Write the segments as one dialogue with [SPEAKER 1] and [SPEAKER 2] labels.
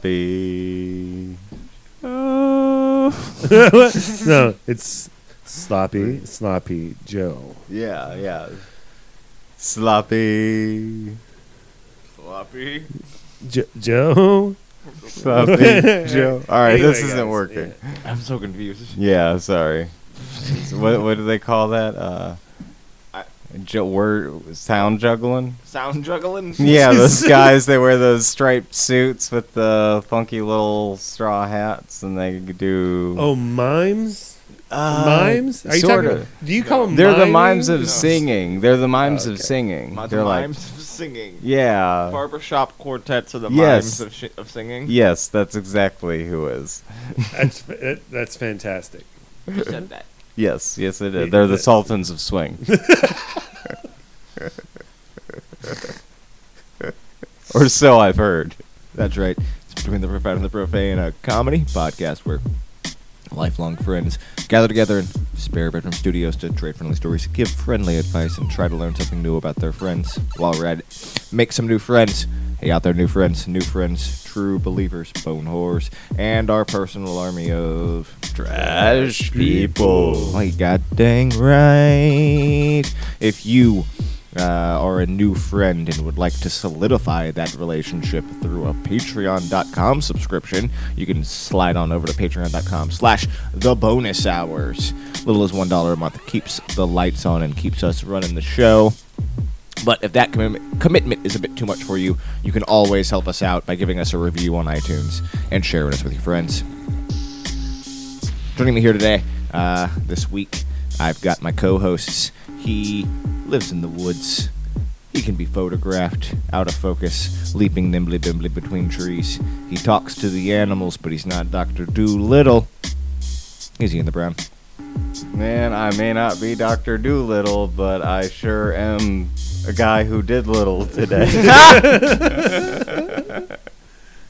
[SPEAKER 1] Sloppy.
[SPEAKER 2] no, it's sloppy, sloppy Joe.
[SPEAKER 1] Yeah, yeah. Sloppy.
[SPEAKER 3] Floppy.
[SPEAKER 2] Jo- Joe.
[SPEAKER 1] Sloppy Joe. All right,
[SPEAKER 2] Anyway,
[SPEAKER 1] this isn't
[SPEAKER 2] guys,
[SPEAKER 1] working.
[SPEAKER 3] I'm so confused.
[SPEAKER 1] Yeah, sorry. So what what do they call that? Uh,
[SPEAKER 3] I-
[SPEAKER 1] ju- word sound juggling.
[SPEAKER 3] Sound juggling.
[SPEAKER 1] Yeah, those guys they wear those striped suits with the funky little straw hats, and they do.
[SPEAKER 2] Oh, mimes.
[SPEAKER 1] Uh,
[SPEAKER 2] mimes? Are you
[SPEAKER 1] sorta.
[SPEAKER 2] talking? Do you call them?
[SPEAKER 1] They're the mimes of
[SPEAKER 3] No.
[SPEAKER 1] singing. They're the mimes of
[SPEAKER 2] okay.
[SPEAKER 1] singing.
[SPEAKER 3] My, the
[SPEAKER 1] They're like,
[SPEAKER 3] mimes of singing.
[SPEAKER 1] yeah,
[SPEAKER 3] Barbershop quartets are the
[SPEAKER 1] Yes.
[SPEAKER 3] mimes of, shi of singing.
[SPEAKER 1] yes, that's exactly who is.
[SPEAKER 2] That's fa- that- that's fantastic.
[SPEAKER 3] You said that.
[SPEAKER 1] Yes, yes, it
[SPEAKER 2] Yeah,
[SPEAKER 1] is. They're the
[SPEAKER 2] that-
[SPEAKER 1] sultans of swing. or so I've heard.
[SPEAKER 3] That's right. It's between the profound and the profane, a comedy podcast where lifelong friends gather together in spare bedroom studios to trade friendly stories, give friendly advice, and try to learn something new about their friends. While we're at it, make some new friends. Hey, out there, new friends, new friends, true believers, bone whores, and our personal army of trash people. Like, god dang right. If you uh, or a new friend and would like to solidify that relationship through a patreon.com subscription you can slide on over to patreon.com slash the bonus hours little as one dollar a month keeps the lights on and keeps us running the show but if that commitment, commitment is a bit too much for you you can always help us out by giving us a review on itunes and sharing us with your friends joining me here today uh, this week i've got my co-hosts he lives in the woods he can be photographed out of focus leaping nimbly bimbly between trees he talks to the animals but he's not dr doolittle is he in the brown
[SPEAKER 1] Man, I may not be Doctor Doolittle, but I sure am a guy who did little today.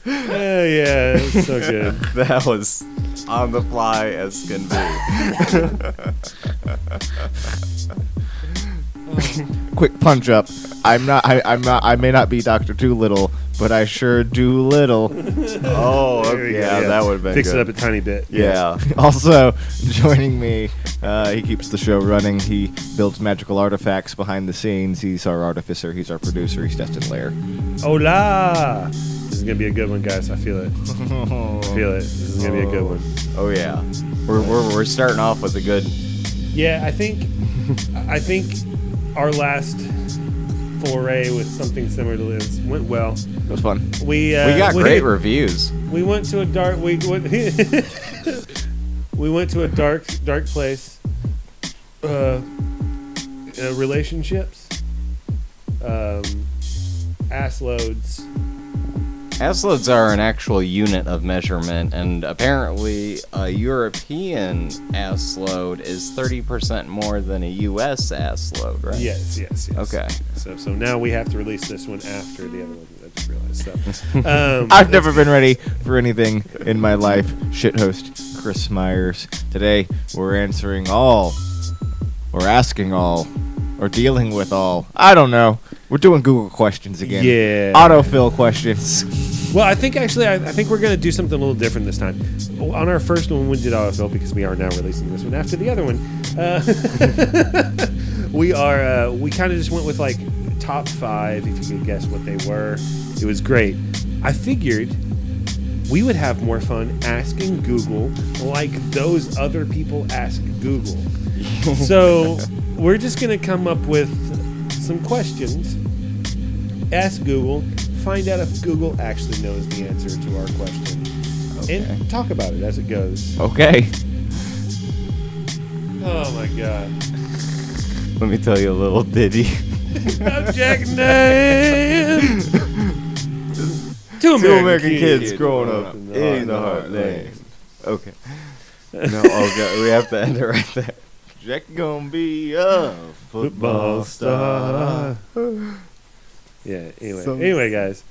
[SPEAKER 2] Oh yeah, that's so good.
[SPEAKER 1] that was on the fly as can be.
[SPEAKER 3] quick punch up i'm not I, i'm not i may not be dr doolittle but i sure do little
[SPEAKER 1] Oh,
[SPEAKER 2] There we go,
[SPEAKER 1] yeah, that would have been
[SPEAKER 2] fix
[SPEAKER 1] good.
[SPEAKER 2] it up a tiny bit.
[SPEAKER 1] Yeah.
[SPEAKER 3] also joining me uh, he keeps the show running he builds magical artifacts behind the scenes he's our artificer he's our producer he's destin lair
[SPEAKER 2] Hola. This is gonna be a good one, guys. I feel it. I feel it. This is gonna be a good one.
[SPEAKER 1] Oh yeah. We're, we're, we're starting off with a good.
[SPEAKER 2] Yeah, I think I think our last foray with something similar to this went well.
[SPEAKER 3] it was fun
[SPEAKER 2] We uh,
[SPEAKER 1] We got great reviews.
[SPEAKER 2] We went to a dark. We went, we went to a dark dark place. Uh, uh, relationships, um, ass loads.
[SPEAKER 1] Asloads E are an actual unit of measurement, and apparently a European assload is 30% more than a U.S. assload, E right?
[SPEAKER 2] Yes, yes, yes.
[SPEAKER 1] Okay.
[SPEAKER 2] So so now we have to release this one after the other one. I just realized. So um,
[SPEAKER 3] i've never been ready for anything in my life shit host chris myers today we're answering all we're asking all or dealing with all i don't know we're doing google questions again
[SPEAKER 2] yeah.
[SPEAKER 3] autofill questions
[SPEAKER 2] Well, I think actually, I, I think we're going to do something a little different this time. On our first one, we did autofill because we are now releasing this one after the other one. Uh, we are, uh, we kind of just went with like top five, if you could guess what they were. It was great. I figured we would have more fun asking Google like those other people ask Google. so we're just going to come up with some questions ask Google, find out if Google actually knows the answer to our question, and talk about it as it goes.
[SPEAKER 3] okay
[SPEAKER 2] Oh my god.
[SPEAKER 1] Let me tell you a little ditty.
[SPEAKER 2] Object name! Two American,
[SPEAKER 1] Two American kids,
[SPEAKER 2] kids.
[SPEAKER 1] growing up in the, heartland. Okay. No, oh god, we have to end it right there.
[SPEAKER 3] Jack gonna be uh, a
[SPEAKER 2] Football star. Yeah, anyway.
[SPEAKER 1] Some-
[SPEAKER 2] anyway, guys.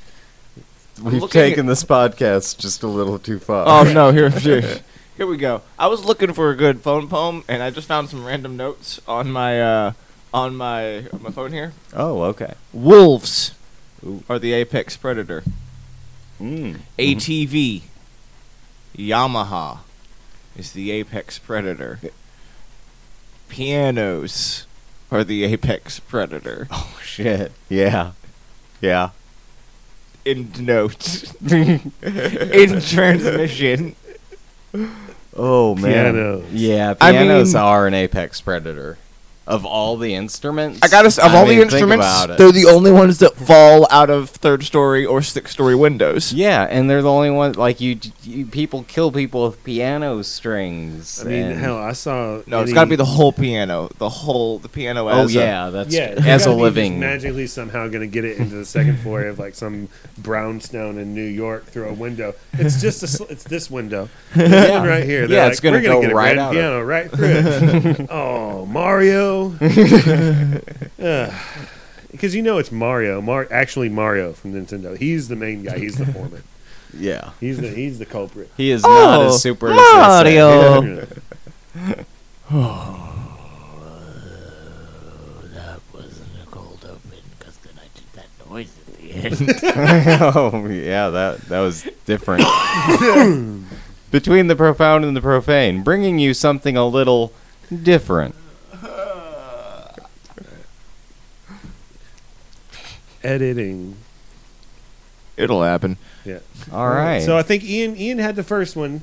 [SPEAKER 1] We've
[SPEAKER 3] looking at-
[SPEAKER 1] taken this podcast just a little too far.
[SPEAKER 3] Oh no, here, here, here we go. I was looking for a good phone poem, and I just found some random notes on my uh, on my on my phone here.
[SPEAKER 1] Oh, okay.
[SPEAKER 3] Wolves or the apex predator.
[SPEAKER 1] Mm.
[SPEAKER 3] ATV, Yamaha is the apex predator. Pianos are the apex predator.
[SPEAKER 1] Oh shit. Yeah. Yeah.
[SPEAKER 3] In note, in transmission.
[SPEAKER 1] Oh man.
[SPEAKER 2] Pianos.
[SPEAKER 1] Yeah,
[SPEAKER 3] I
[SPEAKER 1] pianos
[SPEAKER 3] mean-
[SPEAKER 1] are an apex predator. Of all the instruments,
[SPEAKER 3] I gotta. s- Of all
[SPEAKER 1] mean,
[SPEAKER 3] the
[SPEAKER 1] think
[SPEAKER 3] instruments,
[SPEAKER 1] about it.
[SPEAKER 3] they're the only ones that fall out of third story or sixth story windows.
[SPEAKER 1] Yeah, and they're the only one. Like you, you people kill people with piano strings.
[SPEAKER 2] I mean,
[SPEAKER 1] and-
[SPEAKER 2] hell, I saw.
[SPEAKER 3] No, it's
[SPEAKER 2] any-
[SPEAKER 3] got to be the whole piano, the whole the piano.
[SPEAKER 1] Oh
[SPEAKER 3] as a-
[SPEAKER 1] yeah, that's
[SPEAKER 2] Yeah, it's
[SPEAKER 1] as
[SPEAKER 2] gotta
[SPEAKER 1] a
[SPEAKER 2] be just
[SPEAKER 1] living.
[SPEAKER 2] magically somehow going to get it into the second floor of like some brownstone in New York through a window. It's just a, sl- it's this window, this
[SPEAKER 1] Yeah.
[SPEAKER 2] one right here. They're
[SPEAKER 1] Yeah,
[SPEAKER 2] like,
[SPEAKER 1] it's gonna
[SPEAKER 2] we're gonna
[SPEAKER 1] go
[SPEAKER 2] get a
[SPEAKER 1] right
[SPEAKER 2] grand
[SPEAKER 1] out of-
[SPEAKER 2] piano right through it. oh, Mario, because you know it's Mario. Mar- actually Mario from Nintendo. He's the main guy. He's the foreman.
[SPEAKER 1] Yeah,
[SPEAKER 2] He's the he's the culprit.
[SPEAKER 1] he Oh. is
[SPEAKER 3] Oh,
[SPEAKER 1] not as super as they say.
[SPEAKER 3] Mario.
[SPEAKER 2] Yeah.
[SPEAKER 1] oh yeah, that that was different. Between the profound and the profane, bringing you something a little different.
[SPEAKER 2] Editing.
[SPEAKER 3] It'll happen.
[SPEAKER 2] Yeah.
[SPEAKER 1] All right.
[SPEAKER 2] So I think Ian Ian had the first one.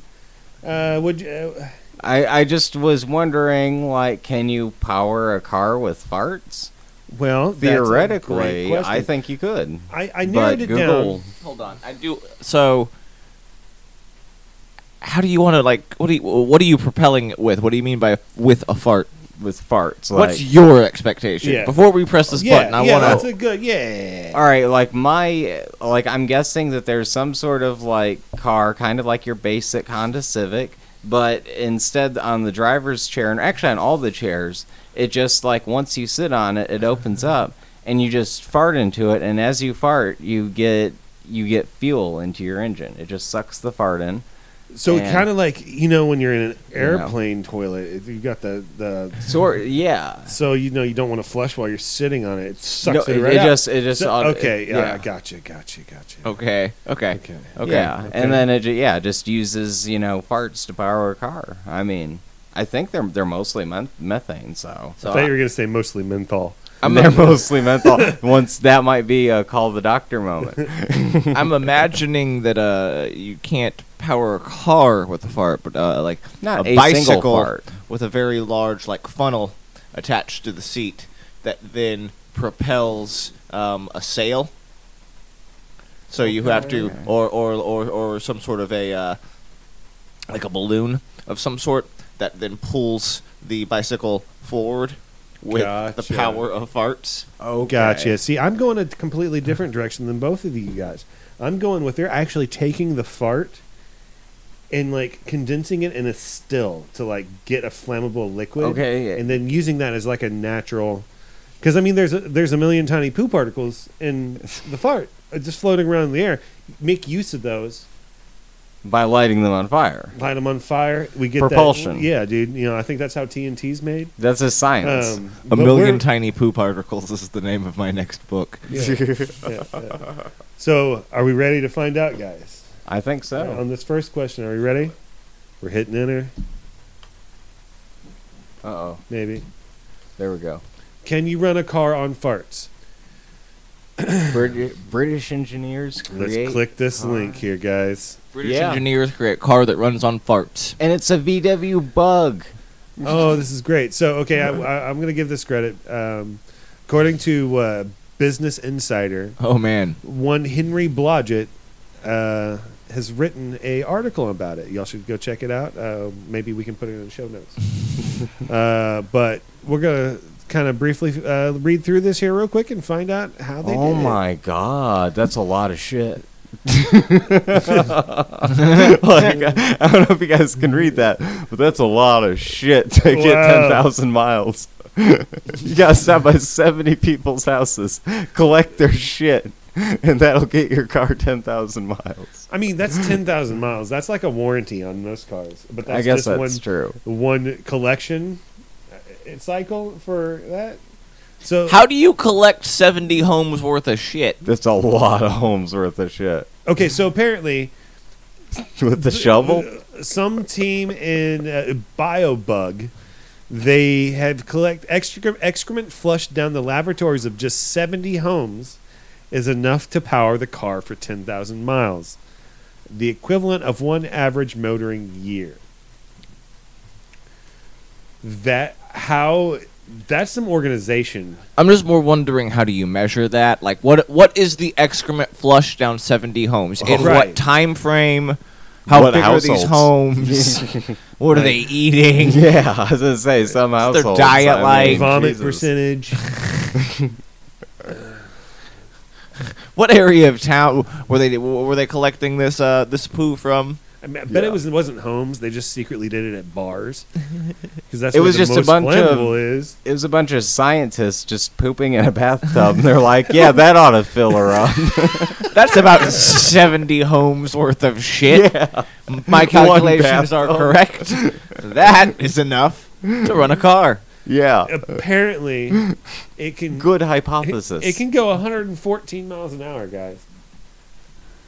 [SPEAKER 2] Uh, would you, uh,
[SPEAKER 1] I I just was wondering, like, can you power a car with farts?
[SPEAKER 2] well that's a great
[SPEAKER 1] Theoretically, I
[SPEAKER 2] question.
[SPEAKER 1] think you could.
[SPEAKER 2] I, I
[SPEAKER 1] But
[SPEAKER 2] narrowed it
[SPEAKER 1] Google,
[SPEAKER 2] down.
[SPEAKER 3] Hold on, I do. So, how do you want to like? What do you? What are you propelling it with? What do you mean by with a fart?
[SPEAKER 1] with farts, like,
[SPEAKER 3] What's your expectation
[SPEAKER 2] Yeah.
[SPEAKER 3] before we press this
[SPEAKER 2] yeah,
[SPEAKER 3] button? I
[SPEAKER 2] yeah,
[SPEAKER 3] want
[SPEAKER 2] that's
[SPEAKER 3] to.
[SPEAKER 2] a good yeah.
[SPEAKER 1] All right, like my like I'm guessing that there's some sort of like car, kind of like your basic Honda Civic, but instead on the driver's chair and actually on all the chairs, it just like once you sit on it, it opens up and you just fart into it and as you fart, you get you get fuel into your engine. It just sucks the fart in.
[SPEAKER 2] So
[SPEAKER 1] And-
[SPEAKER 2] kind of like you know when you're in an
[SPEAKER 1] You know.
[SPEAKER 2] airplane toilet, if you got the the
[SPEAKER 1] Sort yeah.
[SPEAKER 2] so you know you don't want to flush while you're sitting on it. It
[SPEAKER 1] No,
[SPEAKER 2] sucks
[SPEAKER 1] it,
[SPEAKER 2] it right
[SPEAKER 1] it
[SPEAKER 2] out.
[SPEAKER 1] just it just
[SPEAKER 2] So-
[SPEAKER 1] auto-
[SPEAKER 2] okay, yeah, gotcha, gotcha, gotcha.
[SPEAKER 3] Okay. Okay.
[SPEAKER 2] Okay.
[SPEAKER 3] Okay.
[SPEAKER 1] Yeah,
[SPEAKER 2] okay.
[SPEAKER 1] and then it ju- yeah it just uses you know farts to power a car. I mean, I think they're they're mostly men- methane, so,
[SPEAKER 3] So
[SPEAKER 2] I thought you
[SPEAKER 3] I-
[SPEAKER 2] were gonna say mostly menthol.
[SPEAKER 3] I'm
[SPEAKER 1] they're
[SPEAKER 3] a-
[SPEAKER 1] mostly menthol. Once that might be a call the doctor moment.
[SPEAKER 3] I'm imagining that uh you can't power a car with a fart, but uh like
[SPEAKER 1] Not
[SPEAKER 3] a,
[SPEAKER 1] a single
[SPEAKER 3] bicycle
[SPEAKER 1] fart.
[SPEAKER 3] with a very large like funnel attached to the seat that then propels um, a sail. So you have to,
[SPEAKER 1] Okay.
[SPEAKER 3] or or or or some sort of a uh, like a balloon of some sort that then pulls the bicycle forward with
[SPEAKER 2] Gotcha.
[SPEAKER 3] the power of farts.
[SPEAKER 2] Oh, gotcha. See, I'm going a completely different direction than both of you guys. I'm going with they're actually taking the fart and like condensing it in a still to like get a flammable liquid.
[SPEAKER 1] Okay, yeah.
[SPEAKER 2] And then using that as like a natural, because I mean, there's a, there's a million tiny poo particles in the fart uh, just floating around in the air. Make use of those.
[SPEAKER 1] By lighting them on fire.
[SPEAKER 2] Light them on fire. We get that-
[SPEAKER 1] Propulsion.
[SPEAKER 2] yeah, dude. You know, I think that's how TNT's made.
[SPEAKER 1] That's a science.
[SPEAKER 2] Um,
[SPEAKER 3] A
[SPEAKER 2] but
[SPEAKER 3] million
[SPEAKER 2] we're-
[SPEAKER 3] tiny poo particles is the name of my next book.
[SPEAKER 2] Yeah, yeah, yeah. So, are we ready to find out, guys?
[SPEAKER 1] I think
[SPEAKER 2] Alright, On
[SPEAKER 1] so.
[SPEAKER 2] this first question, are we ready? We're hitting enter,
[SPEAKER 1] Uh oh,
[SPEAKER 2] maybe.
[SPEAKER 1] there we go.
[SPEAKER 2] Can you run a car on farts?
[SPEAKER 1] Brit- British engineers
[SPEAKER 2] Let's
[SPEAKER 1] create,
[SPEAKER 2] click this
[SPEAKER 1] car.
[SPEAKER 2] link here, guys.
[SPEAKER 3] British
[SPEAKER 1] Yeah.
[SPEAKER 3] engineers create a car that runs on farts.
[SPEAKER 1] and it's a VW bug.
[SPEAKER 2] Oh, this is great. So, okay, I, I, I'm going to give this credit. Um, according to uh, Business Insider,
[SPEAKER 3] Oh man.
[SPEAKER 2] one Henry Blodgett uh, has written a article about it. Y'all should go check it out. Uh, maybe we can put it in the show notes. uh, but we're going to kind of briefly uh, read through this here real quick and find out how they
[SPEAKER 1] Oh
[SPEAKER 2] did it.
[SPEAKER 1] my god, that's a lot of shit. like, I I don't know if you guys can read that, but that's a lot of shit to get
[SPEAKER 2] Wow.
[SPEAKER 1] 10,000 miles. you gotta stop by 70 people's houses, collect their shit, and that'll get your car 10,000 miles.
[SPEAKER 2] I mean, that's 10,000 miles. That's like a warranty on most cars. But that's
[SPEAKER 1] I guess
[SPEAKER 2] just
[SPEAKER 1] that's
[SPEAKER 2] one,
[SPEAKER 1] true.
[SPEAKER 2] one collection uh, cycle for that. So
[SPEAKER 3] How do you collect 70 homes worth of shit?
[SPEAKER 1] That's a lot of homes worth of shit
[SPEAKER 2] okay, so apparently
[SPEAKER 1] with the shovel.
[SPEAKER 2] some team in uh, BioBug, they have collect excre- excrement flushed down the laboratories of just 70 homes is enough to power the car for 10,000 miles, the equivalent of one average motoring year. That how that's some organization.
[SPEAKER 3] I'm just more wondering how do you measure that? Like what what is the excrement flush down 70 homes? In
[SPEAKER 2] Right.
[SPEAKER 3] what time frame? How
[SPEAKER 1] Oh. What
[SPEAKER 3] big are these
[SPEAKER 1] households?
[SPEAKER 3] homes? what are they eating?
[SPEAKER 1] Yeah, I was gonna say some
[SPEAKER 3] their
[SPEAKER 1] households.
[SPEAKER 3] diet
[SPEAKER 1] I mean,
[SPEAKER 3] like? Hey,
[SPEAKER 2] Vomit
[SPEAKER 1] Jesus.
[SPEAKER 2] percentage.
[SPEAKER 3] What area of town were they were they collecting this uh this poo from?
[SPEAKER 2] I, mean, I bet
[SPEAKER 1] Yeah.
[SPEAKER 2] it was it wasn't homes. They just secretly did it at bars because that's
[SPEAKER 1] It
[SPEAKER 2] where
[SPEAKER 1] was
[SPEAKER 2] the
[SPEAKER 1] just a
[SPEAKER 2] most
[SPEAKER 1] bunch of-
[SPEAKER 2] flammable is.
[SPEAKER 1] It was a bunch of scientists just pooping in a bathtub, and they're like, "Yeah, that ought to fill her up."
[SPEAKER 3] That's about 70 homes worth of shit. My calculations are
[SPEAKER 1] bathtub.
[SPEAKER 3] correct. That is enough to run a car.
[SPEAKER 1] yeah,
[SPEAKER 2] apparently it can
[SPEAKER 1] good
[SPEAKER 2] it-
[SPEAKER 1] hypothesis.
[SPEAKER 2] It, can go 114 miles an hour, guys.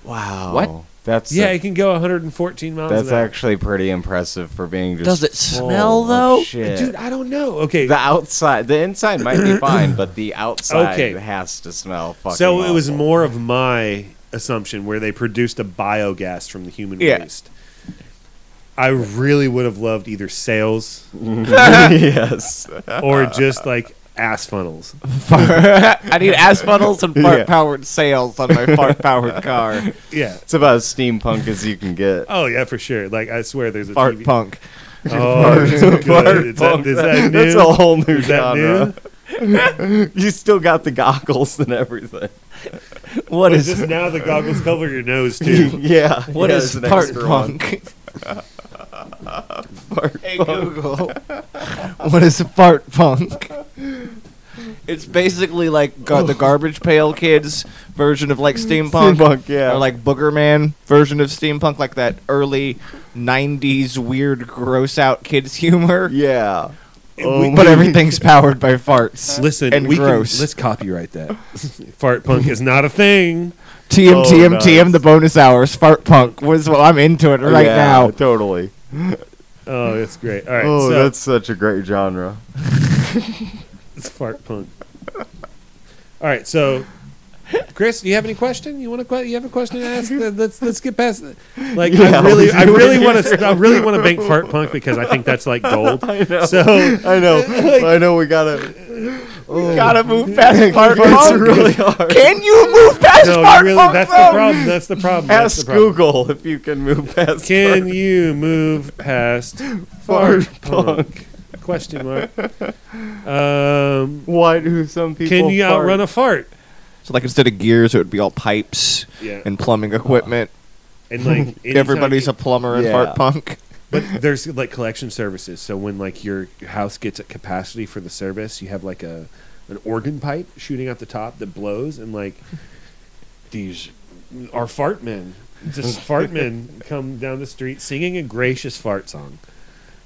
[SPEAKER 1] Wow.
[SPEAKER 3] What?
[SPEAKER 1] That's
[SPEAKER 2] yeah, it can go 114 miles
[SPEAKER 1] that's
[SPEAKER 2] an hour.
[SPEAKER 1] actually pretty impressive for being just.
[SPEAKER 3] Does it
[SPEAKER 1] full
[SPEAKER 3] smell,
[SPEAKER 1] of
[SPEAKER 3] though?
[SPEAKER 1] shit.
[SPEAKER 2] Dude, I don't know. Okay.
[SPEAKER 1] the outside, the inside might be fine, but the outside
[SPEAKER 2] Okay.
[SPEAKER 1] has to smell fucking.
[SPEAKER 2] so it was
[SPEAKER 1] awful.
[SPEAKER 2] more of my assumption where they produced a biogas from the human
[SPEAKER 3] Yeah.
[SPEAKER 2] waste. I really would have loved either sales
[SPEAKER 1] yes.
[SPEAKER 2] or just like ass funnels.
[SPEAKER 3] I need ass funnels and fart
[SPEAKER 1] Yeah.
[SPEAKER 3] powered sails on my fart powered car.
[SPEAKER 2] Yeah.
[SPEAKER 1] It's about as steampunk as you can get.
[SPEAKER 2] Oh yeah, for sure. Like I swear, there's a
[SPEAKER 3] Fart
[SPEAKER 2] TV.
[SPEAKER 3] punk.
[SPEAKER 2] Oh, it's so good. Is that, is that new?
[SPEAKER 1] That's a whole new
[SPEAKER 2] Is that
[SPEAKER 1] genre. you still got the goggles and everything.
[SPEAKER 3] What
[SPEAKER 2] It's
[SPEAKER 3] is
[SPEAKER 2] just now the goggles cover your nose too.
[SPEAKER 1] yeah.
[SPEAKER 3] what
[SPEAKER 1] yeah, it's
[SPEAKER 3] is
[SPEAKER 1] an
[SPEAKER 3] fart
[SPEAKER 1] extra one.
[SPEAKER 3] punk? hey Google, what is fart punk? It's basically like gar- the garbage pail kids version of like steampunk,
[SPEAKER 1] Steampunk, yeah.
[SPEAKER 3] or like Booger Man version of steampunk, like that early '90s weird, gross out kids humor.
[SPEAKER 1] Yeah.
[SPEAKER 2] We-
[SPEAKER 3] But everything's powered by farts.
[SPEAKER 2] Listen,
[SPEAKER 3] Oh and
[SPEAKER 2] we can-
[SPEAKER 3] gross.
[SPEAKER 2] let's copyright that. Fart punk is not a thing.
[SPEAKER 3] TM
[SPEAKER 1] Oh,
[SPEAKER 3] TM
[SPEAKER 1] nice.
[SPEAKER 3] TM the bonus hours fart punk was well I'm into it right
[SPEAKER 1] Yeah,
[SPEAKER 3] now.
[SPEAKER 1] Totally.
[SPEAKER 2] Oh, that's great. All right,
[SPEAKER 1] oh,
[SPEAKER 2] so
[SPEAKER 1] that's such a great genre.
[SPEAKER 2] it's fart punk. All right, so Chris, do you have any question? You want to? Que- you have a question to ask? Then Let's let's get past. it. Like
[SPEAKER 1] Yeah,
[SPEAKER 2] I really,
[SPEAKER 1] we
[SPEAKER 2] I
[SPEAKER 1] do.
[SPEAKER 2] really want to. I really want to bank fart punk because I think that's like gold. So
[SPEAKER 1] I know. I know we gotta oh.
[SPEAKER 3] You gotta move past fart
[SPEAKER 1] It's
[SPEAKER 3] punk.
[SPEAKER 1] really hard.
[SPEAKER 3] Can you move past
[SPEAKER 2] no,
[SPEAKER 3] fart
[SPEAKER 2] you really.
[SPEAKER 3] punk?
[SPEAKER 2] That's
[SPEAKER 3] though?
[SPEAKER 2] the problem. That's the problem. That's the
[SPEAKER 1] Ask
[SPEAKER 2] problem.
[SPEAKER 1] Google if you can move past
[SPEAKER 2] Can you move past fart,
[SPEAKER 1] Fart
[SPEAKER 2] punk? Question mark. Um,
[SPEAKER 1] Why do some people
[SPEAKER 2] can you
[SPEAKER 1] fart?
[SPEAKER 2] outrun a fart?
[SPEAKER 3] So like instead of gears, it would be all pipes
[SPEAKER 2] Yeah,
[SPEAKER 3] and plumbing equipment.
[SPEAKER 2] and like anytime-
[SPEAKER 3] Everybody's a plumber in
[SPEAKER 1] Yeah.
[SPEAKER 3] fart punk.
[SPEAKER 2] but there's like collection services. So when like your house gets at capacity for the service, you have like a an organ pipe shooting out the top that blows, and like these are fart men. Just fart men come down the street singing a gracious fart song.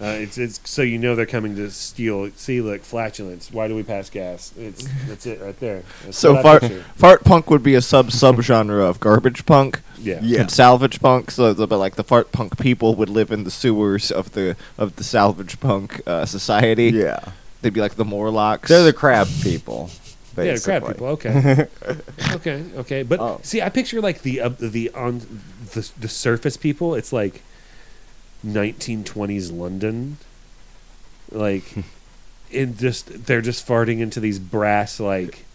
[SPEAKER 2] Uh, it's it's so you know they're coming to steal. See, look, flatulence. Why do we pass gas? It's that's it right there. That's
[SPEAKER 3] So
[SPEAKER 2] what I
[SPEAKER 3] fart
[SPEAKER 2] picture.
[SPEAKER 3] fart punk would be a sub subgenre of garbage punk
[SPEAKER 2] yeah.
[SPEAKER 1] Yeah.
[SPEAKER 3] and salvage punk. So the, but like the fart punk people would live in the sewers of the of the salvage punk uh, society.
[SPEAKER 1] Yeah.
[SPEAKER 3] They'd be like the Morlocks.
[SPEAKER 1] They're the crab people. Basically.
[SPEAKER 2] Yeah, crab people. Okay, okay, okay. But
[SPEAKER 1] Oh.
[SPEAKER 2] see, I picture like the uh, the on the the surface people. It's like 1920s London, like, and just they're just farting into these brass like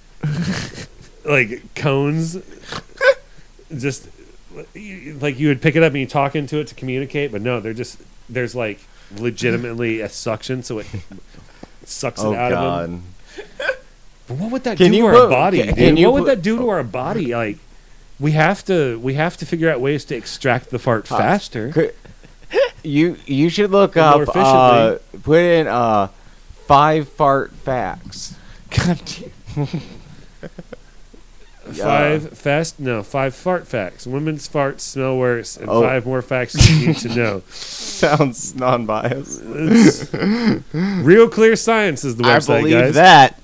[SPEAKER 2] like cones, just like you would pick it up and you talk into it to communicate. But no, they're just there's like legitimately a suction, so it sucks
[SPEAKER 1] Oh
[SPEAKER 2] it out of them.
[SPEAKER 1] god.
[SPEAKER 2] But what would that
[SPEAKER 1] Can
[SPEAKER 2] do to
[SPEAKER 1] you
[SPEAKER 2] our
[SPEAKER 1] put-
[SPEAKER 2] body?
[SPEAKER 1] can-
[SPEAKER 2] dude?
[SPEAKER 1] can you
[SPEAKER 2] what would
[SPEAKER 1] put- Oh.
[SPEAKER 2] that do to our body? Like, we have to we have to figure out ways to extract the fart
[SPEAKER 1] Huh.
[SPEAKER 2] faster.
[SPEAKER 1] Cr- You you should look
[SPEAKER 2] And more
[SPEAKER 1] up uh, put in uh five fart facts.
[SPEAKER 3] God damn.
[SPEAKER 2] Five fast no five fart facts. Women's farts smell worse, and
[SPEAKER 1] Oh.
[SPEAKER 2] five more facts you need to know.
[SPEAKER 1] Sounds non biased.
[SPEAKER 2] It's- Real clear science is the
[SPEAKER 3] I
[SPEAKER 2] website,
[SPEAKER 3] believe
[SPEAKER 2] guys.
[SPEAKER 3] that.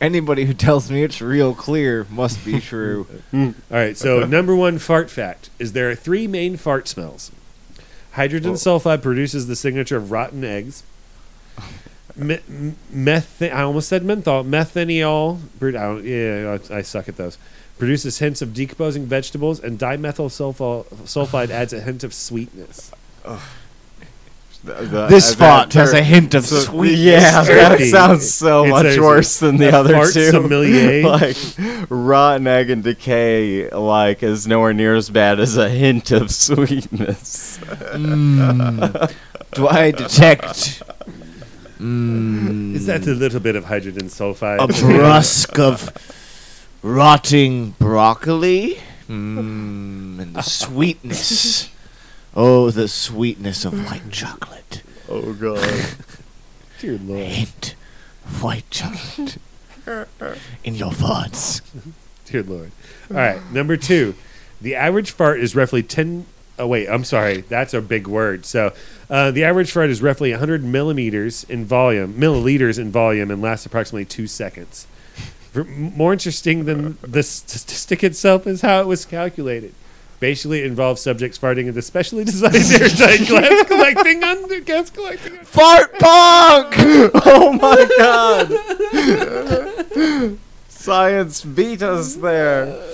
[SPEAKER 3] Anybody who tells me it's real clear must be true.
[SPEAKER 2] All right, so number one fart fact is there are three main fart smells. Hydrogen sulfide produces the signature of rotten eggs. Me- m- meth- I almost said menthol. Methanol. pro- I don't- yeah, I I suck at those. Produces hints of decomposing vegetables, and dimethyl sulfo- sulfide adds a hint of sweetness.
[SPEAKER 1] Uh,
[SPEAKER 3] this font has a hint of
[SPEAKER 1] So-
[SPEAKER 3] sweet.
[SPEAKER 1] Yeah, that
[SPEAKER 2] Earthy.
[SPEAKER 1] sounds so
[SPEAKER 2] It's
[SPEAKER 1] much
[SPEAKER 2] a-
[SPEAKER 1] worse than the
[SPEAKER 2] a
[SPEAKER 1] other
[SPEAKER 2] fart
[SPEAKER 1] two.
[SPEAKER 2] sommelier.
[SPEAKER 1] like rotten egg and decay, like is nowhere near as bad as a hint of sweetness.
[SPEAKER 3] Mm. Do I detect? Mm,
[SPEAKER 2] Is that a little bit of hydrogen sulfide?
[SPEAKER 3] a brusk of rotting broccoli? Mm, and the sweetness. Oh, the sweetness of white chocolate.
[SPEAKER 1] Oh god.
[SPEAKER 2] Dear
[SPEAKER 3] A
[SPEAKER 2] Lord.
[SPEAKER 3] hint of white chocolate in your farts.
[SPEAKER 2] Dear Lord. All right, number two. The average fart is roughly 10. Oh, wait, I'm sorry. That's a big word. So uh, the average fart is roughly 100 millimeters in volume, milliliters in volume, and lasts approximately two seconds. For- More interesting than the statistic itself is how it was calculated. Basically, it involves subjects farting into specially designed airtight glass collecting under gas collecting. under-
[SPEAKER 3] Fart punk!
[SPEAKER 1] Oh my god! Science beat us there.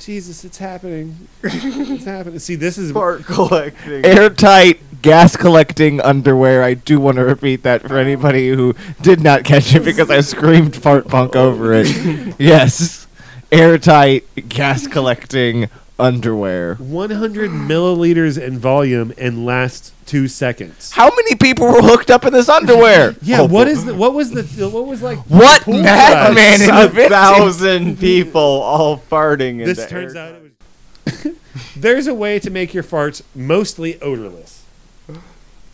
[SPEAKER 2] Jesus, it's happening. It's happening. See, this is
[SPEAKER 1] Fart collecting.
[SPEAKER 3] Airtight gas collecting underwear. I do want to repeat that for anybody who did not catch it because I screamed fart punk over it. Yes. Airtight gas collecting underwear.
[SPEAKER 2] 100 milliliters in volume and lasts two seconds.
[SPEAKER 3] How Oh, many people were hooked up in this underwear?
[SPEAKER 2] Yeah, what is the, what was the what was like?
[SPEAKER 3] What
[SPEAKER 2] Pool
[SPEAKER 3] madman
[SPEAKER 2] size.
[SPEAKER 3] in
[SPEAKER 1] a
[SPEAKER 3] the 50s?
[SPEAKER 1] thousand people all farting.
[SPEAKER 2] This
[SPEAKER 1] into
[SPEAKER 2] turns
[SPEAKER 1] air.
[SPEAKER 2] out. It was, there's a way to make your farts mostly odorless.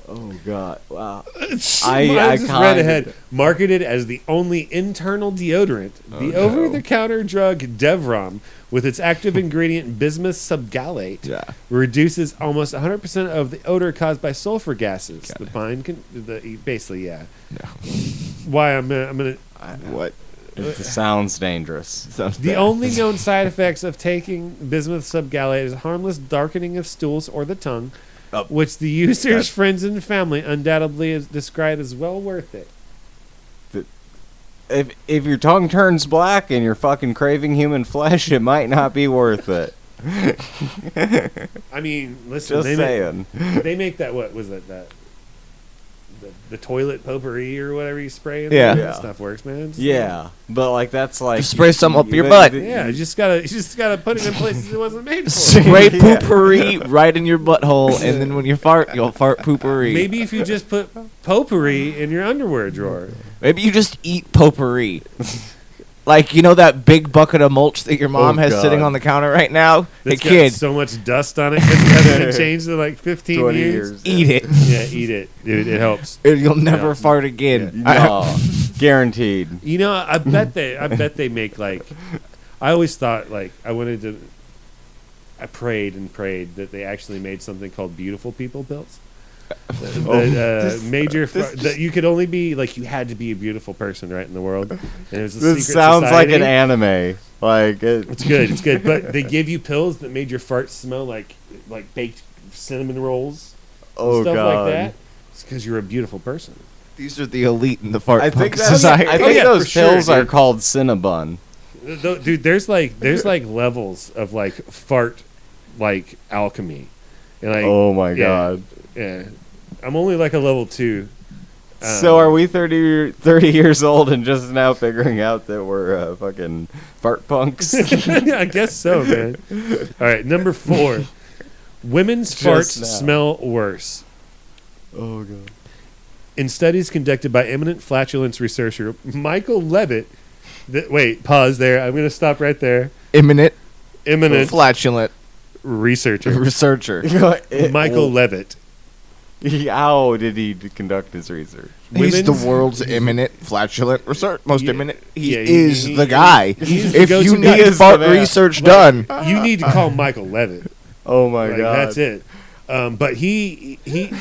[SPEAKER 1] Oh god! Wow.
[SPEAKER 2] I just read
[SPEAKER 1] kind-
[SPEAKER 2] ahead. Marketed as the only internal deodorant, the
[SPEAKER 1] no.
[SPEAKER 2] over-the-counter drug Devrom, with its active ingredient bismuth subgalate,
[SPEAKER 1] Yeah.
[SPEAKER 2] reduces almost 100% of the odor caused by sulfur gases. the bind, con- the basically, yeah. Why I'm gonna, I'm gonna
[SPEAKER 3] What?
[SPEAKER 1] It sounds dangerous.
[SPEAKER 2] The only known side effects of taking bismuth subgallate is harmless darkening of stools or the tongue,
[SPEAKER 1] Oh.
[SPEAKER 2] which the user's friends and family undoubtedly is described as well worth it.
[SPEAKER 1] If if your tongue turns black and you're fucking craving human flesh, it might not be worth it.
[SPEAKER 2] I mean, listen,
[SPEAKER 1] Just
[SPEAKER 2] they make,
[SPEAKER 1] saying.
[SPEAKER 2] they make that what was that that the, the toilet potpourri or whatever you spray in
[SPEAKER 3] Yeah.
[SPEAKER 2] there?
[SPEAKER 1] Yeah.
[SPEAKER 2] that stuff works, man. Just-
[SPEAKER 1] Yeah, but like that's like
[SPEAKER 3] Just spray some up your
[SPEAKER 1] they-
[SPEAKER 3] butt.
[SPEAKER 1] they-
[SPEAKER 2] yeah, you just gotta you just gotta put it in places it wasn't made for.
[SPEAKER 3] Spray poopery right in your butthole, and then when you fart, you'll fart poopery.
[SPEAKER 2] Maybe if you just put potpourri in your underwear drawer.
[SPEAKER 3] Maybe you just eat potpourri. like, you know that big bucket of mulch that your mom
[SPEAKER 1] Oh,
[SPEAKER 3] has sitting
[SPEAKER 1] God.
[SPEAKER 3] on the counter right now?
[SPEAKER 2] That's got
[SPEAKER 3] hey, kid,
[SPEAKER 2] so much dust on it because it hasn't been changed in like 15
[SPEAKER 1] 20
[SPEAKER 2] years.
[SPEAKER 1] years.
[SPEAKER 3] eat it.
[SPEAKER 2] Yeah, eat it, dude. It helps.
[SPEAKER 3] Or You'll never
[SPEAKER 2] Yeah.
[SPEAKER 3] fart again. I-
[SPEAKER 1] No, guaranteed.
[SPEAKER 2] You know, I bet they, I bet they make like. I always thought like I wanted to. I prayed and prayed that they actually made something called beautiful people pills.
[SPEAKER 1] Oh.
[SPEAKER 2] That, uh, major fr- that you could only be like you had to be a beautiful person right in the world, and it was a
[SPEAKER 1] This
[SPEAKER 2] secret
[SPEAKER 1] sounds like an
[SPEAKER 2] society.
[SPEAKER 1] anime. Like it,
[SPEAKER 2] It's good. It's good. But they give you pills that made your farts smell like like baked cinnamon rolls. and
[SPEAKER 1] oh
[SPEAKER 2] stuff
[SPEAKER 1] god.
[SPEAKER 2] like that. It's because you're a beautiful person.
[SPEAKER 3] These are the elite in the fart
[SPEAKER 1] I
[SPEAKER 3] punk
[SPEAKER 1] think that's,
[SPEAKER 3] society.
[SPEAKER 1] I
[SPEAKER 2] Oh,
[SPEAKER 1] think
[SPEAKER 2] yeah, for
[SPEAKER 1] those
[SPEAKER 2] sure,
[SPEAKER 1] pills are
[SPEAKER 2] dude.
[SPEAKER 1] called Cinnabon.
[SPEAKER 2] Th- th- Dude, there's like there's like levels of like fart like alchemy. And like
[SPEAKER 1] oh my
[SPEAKER 2] yeah.
[SPEAKER 1] god.
[SPEAKER 2] yeah. I'm only like a level two. Um,
[SPEAKER 1] so are we 30, year- 30 years old and just now figuring out that we're uh, fucking fart punks?
[SPEAKER 2] yeah, I guess so, man. All right, number four. Women's
[SPEAKER 1] Just
[SPEAKER 2] farts
[SPEAKER 1] now.
[SPEAKER 2] smell worse.
[SPEAKER 1] oh god.
[SPEAKER 2] In studies conducted by eminent flatulence researcher Michael Levitt, th- wait, pause there. I'm going to stop right there.
[SPEAKER 3] Imminent,
[SPEAKER 2] Eminent
[SPEAKER 3] flatulent
[SPEAKER 2] researcher
[SPEAKER 3] researcher.
[SPEAKER 2] Michael Levitt.
[SPEAKER 1] He- How did he d- conduct his research?
[SPEAKER 3] He's the
[SPEAKER 2] Women's-
[SPEAKER 3] world's eminent flatulent researcher. Most
[SPEAKER 2] Yeah,
[SPEAKER 3] eminent. He
[SPEAKER 2] yeah, he-
[SPEAKER 3] is
[SPEAKER 2] he-
[SPEAKER 3] the guy.
[SPEAKER 2] he's the
[SPEAKER 3] if you
[SPEAKER 2] go-to guy.
[SPEAKER 1] He
[SPEAKER 3] need
[SPEAKER 1] is
[SPEAKER 3] fart
[SPEAKER 1] the man.
[SPEAKER 3] research done,
[SPEAKER 2] You need to call Michael Levitt.
[SPEAKER 1] Oh my
[SPEAKER 2] Like,
[SPEAKER 1] god.
[SPEAKER 2] That's it. Um, but he he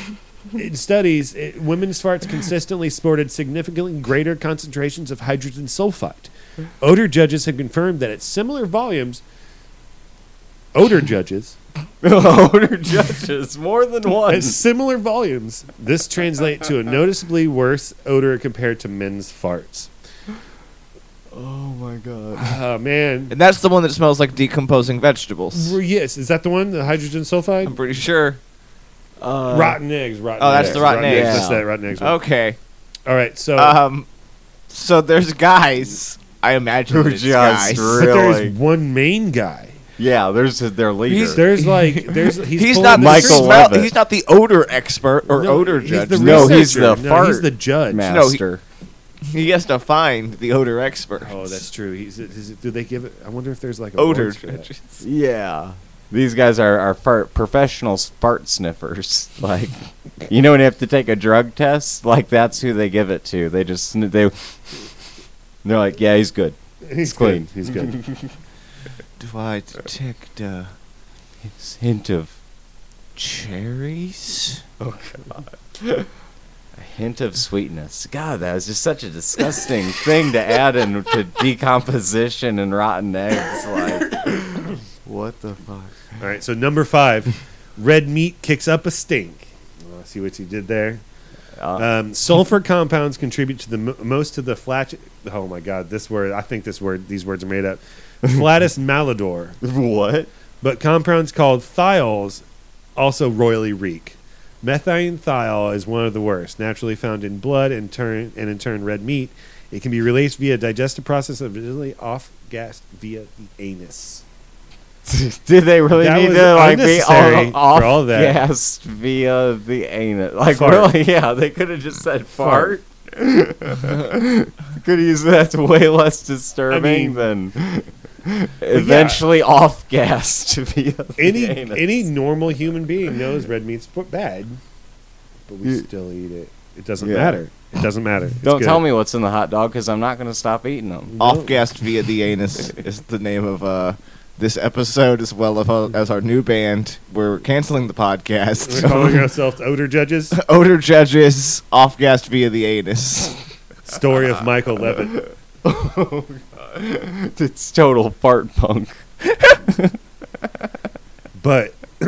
[SPEAKER 2] in studies, it, women's farts consistently sported significantly greater concentrations of hydrogen sulfide. Odor judges have confirmed that at similar volumes, odor judges
[SPEAKER 1] Older judges, more than one.
[SPEAKER 2] at similar volumes, this translates to a noticeably worse odor compared to men's farts.
[SPEAKER 4] Oh my god.
[SPEAKER 2] Oh man,
[SPEAKER 3] And that's the one that smells like decomposing vegetables.
[SPEAKER 2] Well, yes, is that the one? The hydrogen sulfide,
[SPEAKER 3] I'm pretty sure.
[SPEAKER 1] Uh,
[SPEAKER 2] rotten eggs, rotten.
[SPEAKER 3] Oh, that's the rotten eggs.
[SPEAKER 2] That's
[SPEAKER 1] Yeah.
[SPEAKER 2] that rotten eggs. One.
[SPEAKER 3] Okay.
[SPEAKER 2] All right, so
[SPEAKER 1] Oh.
[SPEAKER 3] Um, so there's guys. I imagine
[SPEAKER 1] Who
[SPEAKER 3] it's
[SPEAKER 1] just
[SPEAKER 3] guys.
[SPEAKER 1] really-
[SPEAKER 2] but there's one main guy.
[SPEAKER 1] Yeah, there's their leader.
[SPEAKER 2] He's, there's like there's he's,
[SPEAKER 3] He's,
[SPEAKER 2] pulling
[SPEAKER 3] not the
[SPEAKER 2] the
[SPEAKER 1] Michael
[SPEAKER 2] string.
[SPEAKER 3] smell,
[SPEAKER 1] Levitt.
[SPEAKER 3] He's not the odor expert or
[SPEAKER 2] No,
[SPEAKER 3] odor
[SPEAKER 2] he's
[SPEAKER 3] judge.
[SPEAKER 2] the
[SPEAKER 1] No, he's
[SPEAKER 2] researcher.
[SPEAKER 1] the
[SPEAKER 2] No, he's
[SPEAKER 1] fart
[SPEAKER 2] the judge.
[SPEAKER 1] master.
[SPEAKER 3] He has to find the odor expert.
[SPEAKER 2] Oh, that's true. He's is it, do they give it? I wonder if there's like
[SPEAKER 3] odor
[SPEAKER 2] awards for that.
[SPEAKER 3] judges.
[SPEAKER 1] yeah. These guys are, are fart professional fart sniffers. Like, you know, when you have to take a drug test, like that's who they give it to. They just sn- they. They're like, yeah, he's good.
[SPEAKER 2] He's
[SPEAKER 1] clean.
[SPEAKER 2] clean. He's good.
[SPEAKER 3] Do I detect uh,
[SPEAKER 1] It's hint of
[SPEAKER 3] cherries?
[SPEAKER 1] a hint of sweetness. God, that was just such a disgusting thing to add in to decomposition and rotten eggs. Like,
[SPEAKER 3] What the fuck?
[SPEAKER 2] All right, so number five, red meat kicks up a stink. Oh, see what you did there.
[SPEAKER 1] uh,
[SPEAKER 2] Um, sulfur compounds contribute to the mo most to the flat. Oh my God, this word! I think this word, these words are made up. Flatus malodor,
[SPEAKER 1] what?
[SPEAKER 2] but compounds called thiols also royally reek. Methane thiol is one of the worst, naturally found in blood and turn and in turn red meat. It can be released via digestive process and visually off gassed via the anus.
[SPEAKER 1] Did they really
[SPEAKER 2] That
[SPEAKER 1] need
[SPEAKER 2] was
[SPEAKER 1] to like be
[SPEAKER 2] unnecessary
[SPEAKER 1] all,
[SPEAKER 2] for
[SPEAKER 1] off
[SPEAKER 2] all that.
[SPEAKER 1] gassed via the anus? Like
[SPEAKER 2] Fart.
[SPEAKER 1] really? Yeah, they could have just said fart.
[SPEAKER 2] Fart.
[SPEAKER 1] could use that's way less disturbing
[SPEAKER 2] mean-
[SPEAKER 1] than eventually off gassed via the
[SPEAKER 2] Any
[SPEAKER 1] anus.
[SPEAKER 2] any normal human being knows red meat's p- bad, but we
[SPEAKER 1] You-
[SPEAKER 2] still eat it. It doesn't
[SPEAKER 1] Yeah.
[SPEAKER 2] matter. It doesn't matter. It's
[SPEAKER 1] Don't
[SPEAKER 2] good.
[SPEAKER 1] tell me what's in the hot dog because I'm not going to stop eating them.
[SPEAKER 3] Off gassed via the anus is the name of uh, this episode, as well of, uh, as our new band. We're canceling the
[SPEAKER 2] We're
[SPEAKER 3] podcast.
[SPEAKER 2] calling ourselves odor judges.
[SPEAKER 3] odor judges off gassed via the anus.
[SPEAKER 2] Story of Michael Levitt.
[SPEAKER 1] It's total fart punk.
[SPEAKER 2] But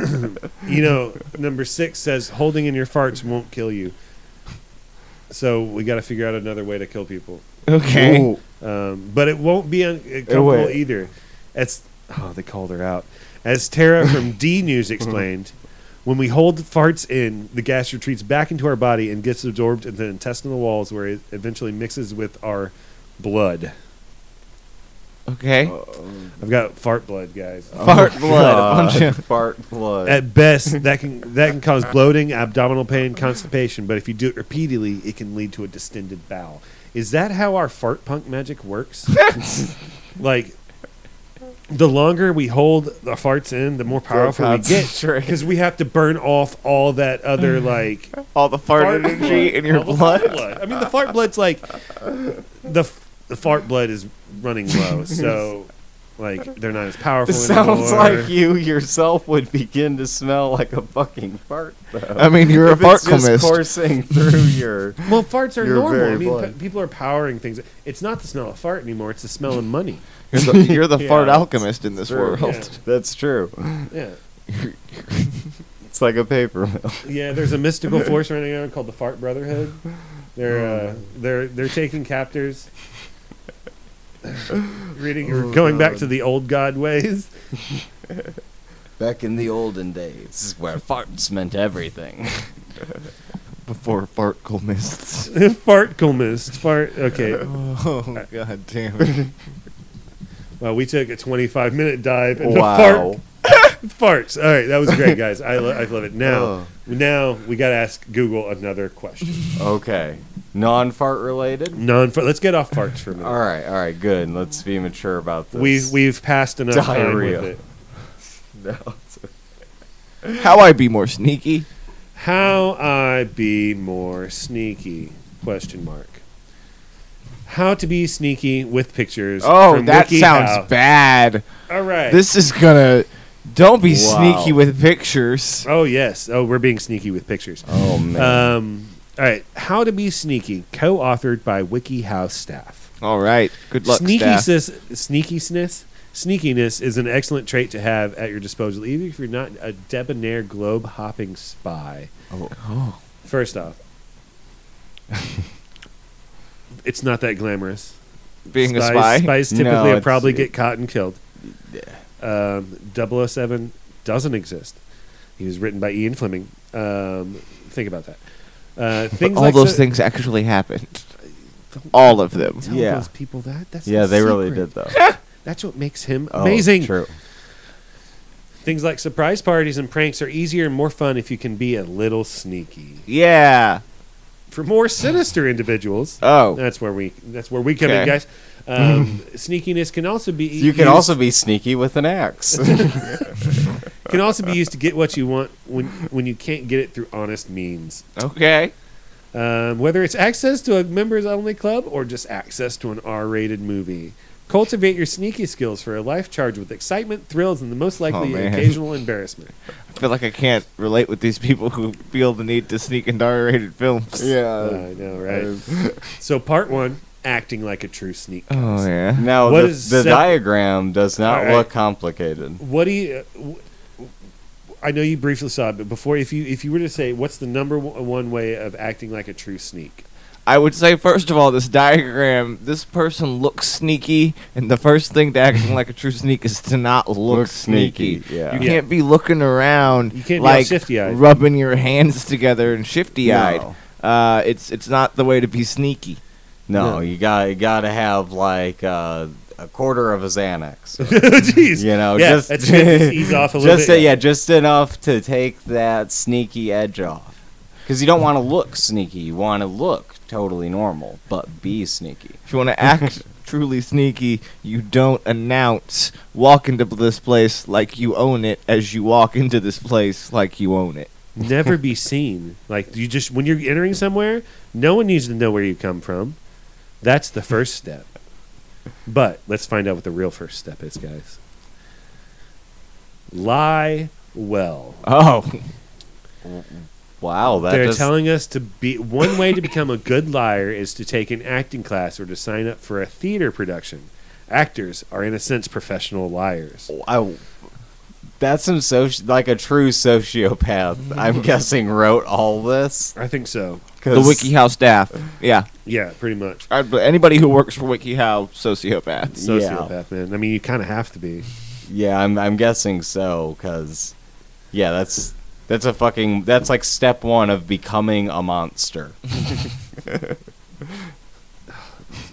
[SPEAKER 2] you know, number six says holding in your farts won't kill you. So we got to figure out another way to kill people.
[SPEAKER 3] Okay.
[SPEAKER 1] Ooh.
[SPEAKER 2] Um, but it won't be un- uncomfortable
[SPEAKER 1] wait.
[SPEAKER 2] either. As oh, they called her out. As Tara from D News explained, when we hold farts in, the gas retreats back into our body and gets absorbed into the intestinal walls, where it eventually mixes with our blood.
[SPEAKER 3] Okay.
[SPEAKER 2] I've got fart blood, guys.
[SPEAKER 3] Fart blood.
[SPEAKER 1] Oh God.
[SPEAKER 3] bunch of-
[SPEAKER 1] fart blood.
[SPEAKER 2] At best, that can that can cause bloating, abdominal pain, constipation. But if you do it repeatedly, it can lead to a distended bowel. Is that how our fart punk magic works? like, the longer we hold the farts in, the more powerful we get because we have to burn off all that other like
[SPEAKER 3] All the fart,
[SPEAKER 2] fart
[SPEAKER 3] energy
[SPEAKER 2] blood.
[SPEAKER 3] in your
[SPEAKER 2] All the fart
[SPEAKER 3] blood.
[SPEAKER 2] blood. I mean, the fart blood's like the f- the fart blood is running low, so like they're not as powerful.
[SPEAKER 1] It sounds
[SPEAKER 2] anymore.
[SPEAKER 1] like you yourself would begin to smell like a fucking fart, though.
[SPEAKER 3] I mean, you're a
[SPEAKER 1] If it's
[SPEAKER 3] fart
[SPEAKER 1] just
[SPEAKER 3] chemist.
[SPEAKER 1] coursing through your.
[SPEAKER 2] Well, farts are
[SPEAKER 1] You're
[SPEAKER 2] normal.
[SPEAKER 1] very
[SPEAKER 2] I mean,
[SPEAKER 1] blind.
[SPEAKER 2] pe- people are powering things. It's not the smell of fart anymore. It's the smell of money.
[SPEAKER 3] You're the, you're the
[SPEAKER 1] Yeah,
[SPEAKER 3] fart
[SPEAKER 1] it's
[SPEAKER 3] alchemist in this
[SPEAKER 1] True.
[SPEAKER 3] world.
[SPEAKER 2] Yeah.
[SPEAKER 1] That's true.
[SPEAKER 2] Yeah,
[SPEAKER 1] It's like a paper mill.
[SPEAKER 2] yeah. There's a mystical force running around called the Fart Brotherhood. They're uh,
[SPEAKER 1] Oh.
[SPEAKER 2] they're they're taking captors. Reading
[SPEAKER 1] Oh,
[SPEAKER 2] or going back to the old god ways.
[SPEAKER 1] Back in the olden days, where farts meant everything.
[SPEAKER 3] Before fart alchemists.
[SPEAKER 2] fart mist. Fart. Okay.
[SPEAKER 3] Oh god damn it!
[SPEAKER 2] Well, we took a 25 minute dive into
[SPEAKER 1] Wow.
[SPEAKER 2] fart farts. All right, that was great, guys. I lo- I love it. Now,
[SPEAKER 1] Oh.
[SPEAKER 2] now we got to ask Google another question.
[SPEAKER 1] Okay. Non fart related?
[SPEAKER 2] Non. Let's get off farts for a minute.
[SPEAKER 1] All right, all right, good. Let's be mature about this.
[SPEAKER 2] We've we've passed enough
[SPEAKER 1] Diarrhea.
[SPEAKER 2] time with it.
[SPEAKER 1] No.
[SPEAKER 3] How I be more sneaky?
[SPEAKER 2] How I be more sneaky? Question mark. How to be sneaky with pictures?
[SPEAKER 3] Oh,
[SPEAKER 2] from
[SPEAKER 3] that
[SPEAKER 2] WikiHow.
[SPEAKER 3] sounds bad.
[SPEAKER 2] All right.
[SPEAKER 3] This is gonna. Don't be
[SPEAKER 1] Wow.
[SPEAKER 3] sneaky with pictures.
[SPEAKER 2] Oh yes. Oh, we're being sneaky with pictures.
[SPEAKER 1] Oh man.
[SPEAKER 2] Um, all right. How to be sneaky, co-authored by WikiHow staff.
[SPEAKER 3] All right. Good luck,
[SPEAKER 2] Sneaky
[SPEAKER 3] staff.
[SPEAKER 2] sis- sneakiness, sneakiness is an excellent trait to have at your disposal, even if you're not a debonair globe hopping spy.
[SPEAKER 3] Oh.
[SPEAKER 2] First off, it's not that glamorous.
[SPEAKER 3] Being a
[SPEAKER 2] spies,
[SPEAKER 3] spy.
[SPEAKER 2] Spies
[SPEAKER 1] No,
[SPEAKER 2] typically
[SPEAKER 1] it's-
[SPEAKER 2] probably get caught and killed. Um, 007 doesn't exist. He was written by Ian Fleming. Um, think about that. Uh,
[SPEAKER 3] But
[SPEAKER 2] things
[SPEAKER 3] all
[SPEAKER 2] like
[SPEAKER 3] those
[SPEAKER 2] so-
[SPEAKER 3] things actually happened.
[SPEAKER 2] Don't
[SPEAKER 3] All of them.
[SPEAKER 2] Tell
[SPEAKER 1] Yeah.
[SPEAKER 2] those people that. That's
[SPEAKER 1] yeah,
[SPEAKER 2] the
[SPEAKER 1] they really did
[SPEAKER 2] secret.
[SPEAKER 1] though.
[SPEAKER 2] That's what makes him
[SPEAKER 1] Oh,
[SPEAKER 2] amazing.
[SPEAKER 1] True.
[SPEAKER 2] Things like surprise parties and pranks are easier and more fun if you can be a little sneaky.
[SPEAKER 3] Yeah.
[SPEAKER 2] For more sinister individuals,
[SPEAKER 3] Oh.
[SPEAKER 2] that's where we that's where we come in,
[SPEAKER 3] Okay.
[SPEAKER 2] guys. Um, sneakiness can also be
[SPEAKER 1] You can
[SPEAKER 2] used-
[SPEAKER 1] also be sneaky with an axe.
[SPEAKER 2] can also be used to get what you want when when you can't get it through honest means.
[SPEAKER 3] Okay.
[SPEAKER 2] Um, whether it's access to a members only club or just access to an R rated movie. Cultivate your sneaky skills for a life charged with excitement, thrills, and the most
[SPEAKER 1] Oh,
[SPEAKER 2] likely
[SPEAKER 3] man.
[SPEAKER 2] occasional embarrassment.
[SPEAKER 3] I feel like I can't relate with these people who feel the need to sneak into R-rated films.
[SPEAKER 1] Uh,
[SPEAKER 2] I know, Uh, right? so, part one acting like a true sneak.
[SPEAKER 3] Oh yeah.
[SPEAKER 1] No,
[SPEAKER 2] What
[SPEAKER 1] the,
[SPEAKER 2] is
[SPEAKER 1] the
[SPEAKER 2] sep-
[SPEAKER 1] diagram does not
[SPEAKER 2] Alright.
[SPEAKER 1] look complicated.
[SPEAKER 2] What do you. uh, w- I know you briefly saw it, but before, if you if you were to say, what's the number one way of acting like a true sneak?
[SPEAKER 3] I would say first of all, this diagram. This person looks sneaky, and the first thing to acting like a true sneak is to not look,
[SPEAKER 1] Look
[SPEAKER 3] sneaky.
[SPEAKER 1] sneaky, yeah.
[SPEAKER 3] You
[SPEAKER 2] Yeah.
[SPEAKER 3] can't be looking around.
[SPEAKER 2] You can't be all
[SPEAKER 3] like
[SPEAKER 2] shifty-eyed.
[SPEAKER 3] rubbing your hands together and shifty-eyed.
[SPEAKER 1] No.
[SPEAKER 3] Uh, it's it's not the way to be sneaky.
[SPEAKER 1] No,
[SPEAKER 3] No.
[SPEAKER 1] you got you got to have like uh, a quarter of a Xanax.
[SPEAKER 2] Oh, Jeez.
[SPEAKER 1] You know,
[SPEAKER 2] yeah,
[SPEAKER 1] just
[SPEAKER 2] that's good. Just ease off a little
[SPEAKER 1] just
[SPEAKER 2] bit.
[SPEAKER 1] a- yeah, just enough to take that sneaky edge off. Because you don't want to look sneaky. You want to look totally normal, but be sneaky.
[SPEAKER 3] If you want to act truly sneaky, you don't announce walk into this place like you own it as you walk into this place like you own it.
[SPEAKER 2] never be seen. Like you just when you're entering somewhere, no one needs to know where you come from. That's the first step. But let's find out what the real first step is, guys. Lie well.
[SPEAKER 3] Oh,
[SPEAKER 1] Wow, that
[SPEAKER 2] They're
[SPEAKER 1] just
[SPEAKER 2] telling us to be one way to become a good liar is to take an acting class or to sign up for a theater production. Actors are in a sense professional liars.
[SPEAKER 1] I, that's some soci- like a true sociopath. I'm guessing wrote all this.
[SPEAKER 2] I think so.
[SPEAKER 1] 'cause-
[SPEAKER 3] the WikiHow staff. Yeah.
[SPEAKER 2] Yeah, pretty much.
[SPEAKER 3] I'd, bl- anybody who works for WikiHow, sociopaths.
[SPEAKER 2] Sociopath, man. I mean, you kind of have to be.
[SPEAKER 1] Yeah, I'm I'm guessing so because, yeah, that's that's a fucking that's like step one of becoming a monster.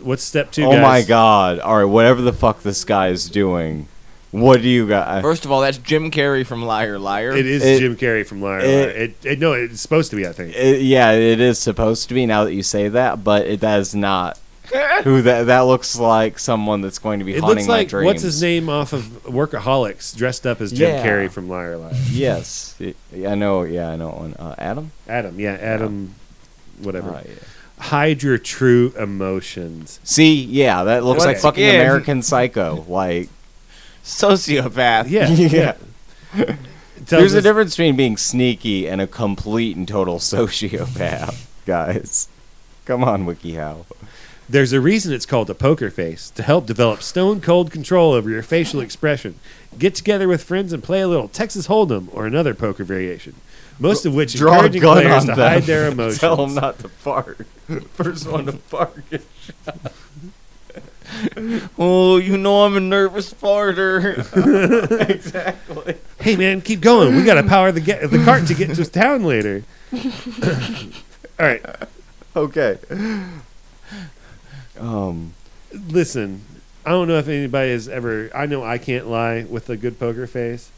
[SPEAKER 2] What's step two?
[SPEAKER 1] oh
[SPEAKER 2] guys?
[SPEAKER 1] my god! All right, whatever the fuck this guy is doing, what do you uh, got?
[SPEAKER 3] First of all, that's Jim Carrey from Liar Liar.
[SPEAKER 2] It is
[SPEAKER 1] It-
[SPEAKER 2] Jim Carrey from Liar.
[SPEAKER 1] it-
[SPEAKER 2] Liar. It, it, no, it's supposed to be. I think
[SPEAKER 1] It- yeah, it is supposed to be now that you say that, but it that is not. Who that that looks like someone that's going to be
[SPEAKER 2] it
[SPEAKER 1] haunting
[SPEAKER 2] looks
[SPEAKER 1] my
[SPEAKER 2] like
[SPEAKER 1] dreams.
[SPEAKER 2] what's his name off of Workaholics, dressed up as Jim
[SPEAKER 1] Yeah.
[SPEAKER 2] Carrey from Liar Liar.
[SPEAKER 1] Yes, Y- I know. Yeah, I know. One. Uh, Adam.
[SPEAKER 2] Adam, yeah, Adam, whatever.
[SPEAKER 1] Uh, yeah.
[SPEAKER 2] Hide your true emotions.
[SPEAKER 1] See, yeah, that looks
[SPEAKER 3] Once
[SPEAKER 1] like fucking
[SPEAKER 3] again.
[SPEAKER 1] American Psycho. Like,
[SPEAKER 3] Sociopath.
[SPEAKER 2] Yeah,
[SPEAKER 1] Yeah.
[SPEAKER 2] yeah. It tells
[SPEAKER 1] there's a
[SPEAKER 2] us-
[SPEAKER 1] difference between being sneaky and a complete and total sociopath, guys. Come on, WikiHow.
[SPEAKER 2] There's a reason it's called a poker face to help develop stone cold control over your facial expression. Get together with friends and play a little Texas Hold'em or another poker variation. Most of which
[SPEAKER 1] Draw a
[SPEAKER 2] encouraging
[SPEAKER 1] gun
[SPEAKER 2] players
[SPEAKER 1] on
[SPEAKER 2] to
[SPEAKER 1] them.
[SPEAKER 2] hide their emotions.
[SPEAKER 1] Tell them not to fart. First one to fart. gets
[SPEAKER 3] Oh, you know I'm a nervous farter.
[SPEAKER 2] hey man, keep going. We got to power the ga- the cart to get to town later. All right,
[SPEAKER 1] Okay. Um.
[SPEAKER 2] listen. I don't know if anybody has ever. I know I can't lie with a good poker face.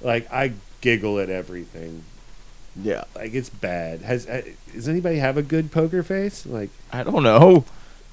[SPEAKER 2] Like I giggle at everything.
[SPEAKER 1] Yeah.
[SPEAKER 2] Like it's bad. Has uh, does anybody have a good poker face? Like
[SPEAKER 3] I don't know.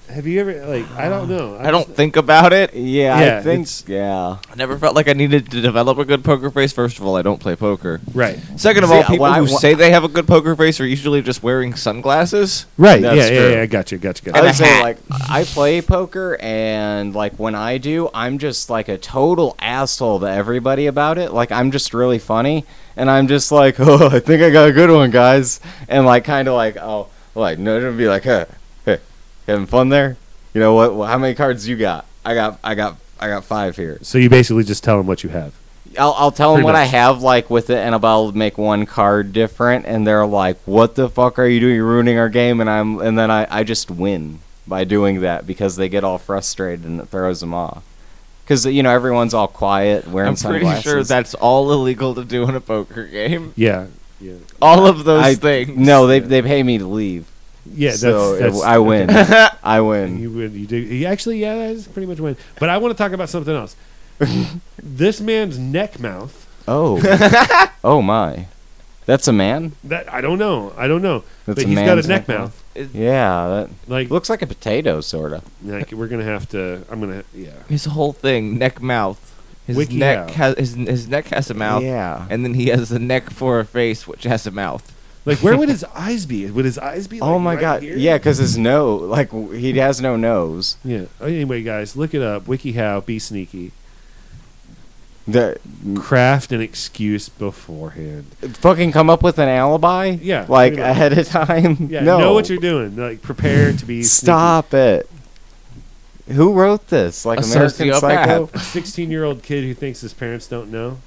[SPEAKER 2] Have you ever like? I don't know.
[SPEAKER 3] I don't think about it.
[SPEAKER 1] Yeah,
[SPEAKER 2] Yeah,
[SPEAKER 1] I think
[SPEAKER 2] it's-
[SPEAKER 1] yeah.
[SPEAKER 3] I never felt like I needed to develop a good poker face. First of all, I don't play poker.
[SPEAKER 2] Right.
[SPEAKER 3] Second of
[SPEAKER 1] See,
[SPEAKER 3] all, people
[SPEAKER 1] why-
[SPEAKER 3] who
[SPEAKER 1] why-
[SPEAKER 3] say they have a good poker face are usually just wearing sunglasses.
[SPEAKER 2] Right.
[SPEAKER 1] That's
[SPEAKER 2] yeah, yeah.
[SPEAKER 1] true.
[SPEAKER 2] Yeah. I got you. Got you.
[SPEAKER 1] I
[SPEAKER 2] Got
[SPEAKER 1] would
[SPEAKER 2] you.
[SPEAKER 3] a
[SPEAKER 1] say
[SPEAKER 3] hat.
[SPEAKER 1] Oh, like I play poker and like when I do, I'm just like a total asshole to everybody about it. Like I'm just really funny and I'm just like, oh, I think I got a good one, guys, and like kind of like oh, like no, it'd be like, huh, hey, having fun there. You know what? Well, how many cards you got? I got, I got, I got five here.
[SPEAKER 2] So you basically just tell them what you have.
[SPEAKER 1] I'll, I'll tell them
[SPEAKER 2] Pretty
[SPEAKER 1] what I
[SPEAKER 2] much.
[SPEAKER 1] have like with it, and I'll make one card different, and they're like, "What the fuck are you doing? You're ruining our game!" And I'm, and then I, I just win by doing that because they get all frustrated and it throws them off. Because you know everyone's all quiet wearing
[SPEAKER 3] I'm pretty
[SPEAKER 1] sunglasses.
[SPEAKER 3] sure that's all illegal to do in a poker game.
[SPEAKER 2] Yeah. Yeah.
[SPEAKER 3] All of those
[SPEAKER 1] I-
[SPEAKER 3] things.
[SPEAKER 1] No, they they pay me to leave,
[SPEAKER 2] Yeah. That's,
[SPEAKER 1] so it-
[SPEAKER 2] that's
[SPEAKER 1] I win. I win.
[SPEAKER 2] You would. You do. You actually, yeah, that's pretty much win. But I want to talk about something else. this man's neck mouth.
[SPEAKER 1] Oh, oh my, that's a man.
[SPEAKER 2] That I don't know. I don't know.
[SPEAKER 1] That's
[SPEAKER 2] but
[SPEAKER 1] a
[SPEAKER 2] he's got a
[SPEAKER 1] man's
[SPEAKER 2] neck
[SPEAKER 1] neck
[SPEAKER 2] mouth.
[SPEAKER 1] Yeah,
[SPEAKER 2] Like,
[SPEAKER 1] that looks like a potato, sorta.
[SPEAKER 2] like we're gonna have to. I'm gonna. Yeah.
[SPEAKER 3] His whole thing, neck mouth. His
[SPEAKER 2] Wiki
[SPEAKER 3] neck
[SPEAKER 2] how.
[SPEAKER 3] has his, his neck has a mouth,
[SPEAKER 1] Yeah.
[SPEAKER 3] and then he has the neck for a face, which has a mouth.
[SPEAKER 2] Like, where would his eyes be? Would his eyes be? Like,
[SPEAKER 1] oh my
[SPEAKER 2] right
[SPEAKER 1] god.
[SPEAKER 2] Here?
[SPEAKER 1] Yeah, because his nose, like w- he has no nose.
[SPEAKER 2] Yeah. Uh, Anyway, guys, look it up. WikiHow. Be sneaky.
[SPEAKER 1] The,
[SPEAKER 2] Craft an excuse beforehand.
[SPEAKER 1] fucking come up with an alibi.
[SPEAKER 2] Yeah,
[SPEAKER 1] Like
[SPEAKER 2] pretty much.
[SPEAKER 1] ahead of time.
[SPEAKER 2] Yeah.
[SPEAKER 1] no.
[SPEAKER 2] Know what you're doing. Like, prepare to be.
[SPEAKER 1] Stop it. Who wrote this? Like
[SPEAKER 3] A
[SPEAKER 1] American
[SPEAKER 3] sociopath.
[SPEAKER 1] Psycho.
[SPEAKER 2] A 16 year old kid who thinks his parents don't know.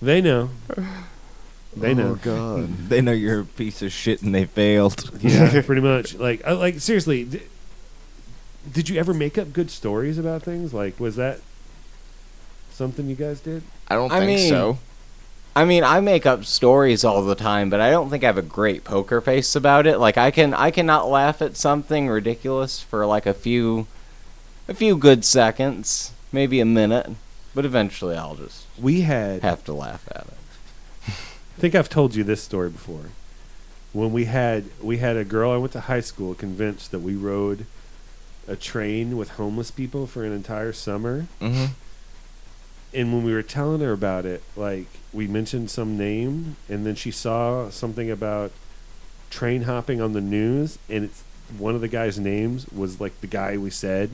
[SPEAKER 2] they know. They know.
[SPEAKER 1] Oh, God.
[SPEAKER 3] They know you're a piece of shit, and they failed.
[SPEAKER 2] Yeah, pretty much. Like, uh, like seriously, d- did you ever make up good stories about things? Like, was that something you guys did?
[SPEAKER 3] I don't
[SPEAKER 1] I
[SPEAKER 3] think
[SPEAKER 1] mean-
[SPEAKER 3] so.
[SPEAKER 1] I mean, I make up stories all the time, but I don't think I have a great poker face about it. Like I can I cannot laugh at something ridiculous for like a few a few good seconds, maybe a minute, but eventually I'll just
[SPEAKER 2] We had. I
[SPEAKER 1] have to laugh at it.
[SPEAKER 2] think I've told you this story before. When we had we had a girl I went to high school convinced that we rode a train with homeless people for an entire summer.
[SPEAKER 3] hmm
[SPEAKER 1] mm-hmm.
[SPEAKER 2] and when we were telling her about it, like we mentioned some name, and then she saw something about train hopping on the news, and it's one of the guys' names was like the guy we said.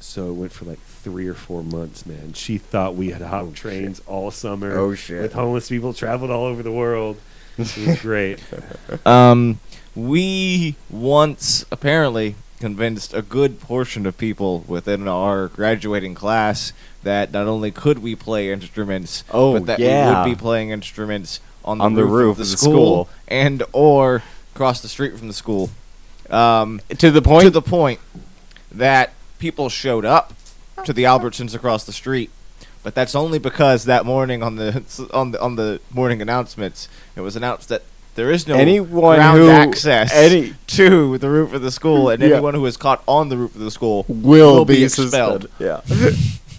[SPEAKER 2] So it went for like three or four months, man. She thought we had hopped trains all summer.
[SPEAKER 1] Oh, shit.
[SPEAKER 2] With homeless people traveled all over the world. It was great.
[SPEAKER 3] Um, we once apparently convinced a good portion of people within our graduating class that not only could we play instruments,
[SPEAKER 1] Oh,
[SPEAKER 3] but that
[SPEAKER 1] yeah.
[SPEAKER 3] we would be playing instruments on the,
[SPEAKER 1] On the
[SPEAKER 3] roof,
[SPEAKER 1] roof
[SPEAKER 3] of the
[SPEAKER 1] of the
[SPEAKER 3] school,
[SPEAKER 1] school.
[SPEAKER 3] and or across the street from the school. Um,
[SPEAKER 1] To the
[SPEAKER 3] to
[SPEAKER 1] point
[SPEAKER 3] the point that people showed up to the Albertsons across the street. But that's only because that morning on the on the on the morning announcements, it was announced that there is no
[SPEAKER 1] Anyone
[SPEAKER 3] ground
[SPEAKER 1] who-
[SPEAKER 3] access
[SPEAKER 1] any-
[SPEAKER 3] to the roof of the school, and
[SPEAKER 1] Yeah.
[SPEAKER 3] anyone who is caught on the roof of the school
[SPEAKER 1] will,
[SPEAKER 3] will
[SPEAKER 1] be,
[SPEAKER 3] be
[SPEAKER 1] expelled. Yeah.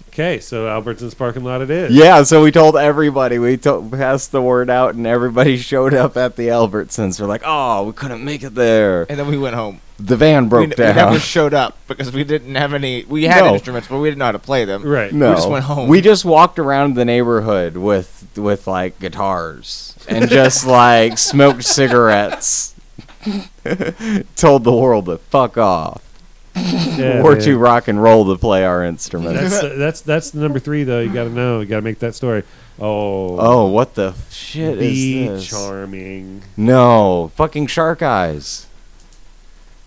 [SPEAKER 2] Okay, so Albertson's parking lot it is.
[SPEAKER 1] yeah, so we told everybody. We to- passed the word out, and everybody showed up at the Albertsons. We're like, oh, we couldn't make it there.
[SPEAKER 3] And then we went home.
[SPEAKER 1] The van
[SPEAKER 3] We,
[SPEAKER 1] broke
[SPEAKER 3] n- we
[SPEAKER 1] down.
[SPEAKER 3] never showed up because we didn't have any. We had
[SPEAKER 1] No.
[SPEAKER 3] instruments, but we didn't know how to play them.
[SPEAKER 2] Right.
[SPEAKER 1] no.
[SPEAKER 3] we just went home.
[SPEAKER 1] We just walked around the neighborhood with, with like, guitars and just, like, smoked cigarettes. told the world to fuck off.
[SPEAKER 2] Yeah,
[SPEAKER 1] We're
[SPEAKER 2] man.
[SPEAKER 1] too rock and roll to play our instruments.
[SPEAKER 2] That's that's that's the number three though. You got to know. You got to make that story. Oh.
[SPEAKER 1] oh, what the shit
[SPEAKER 2] Be
[SPEAKER 1] is this?
[SPEAKER 2] charming.
[SPEAKER 1] No, fucking shark eyes.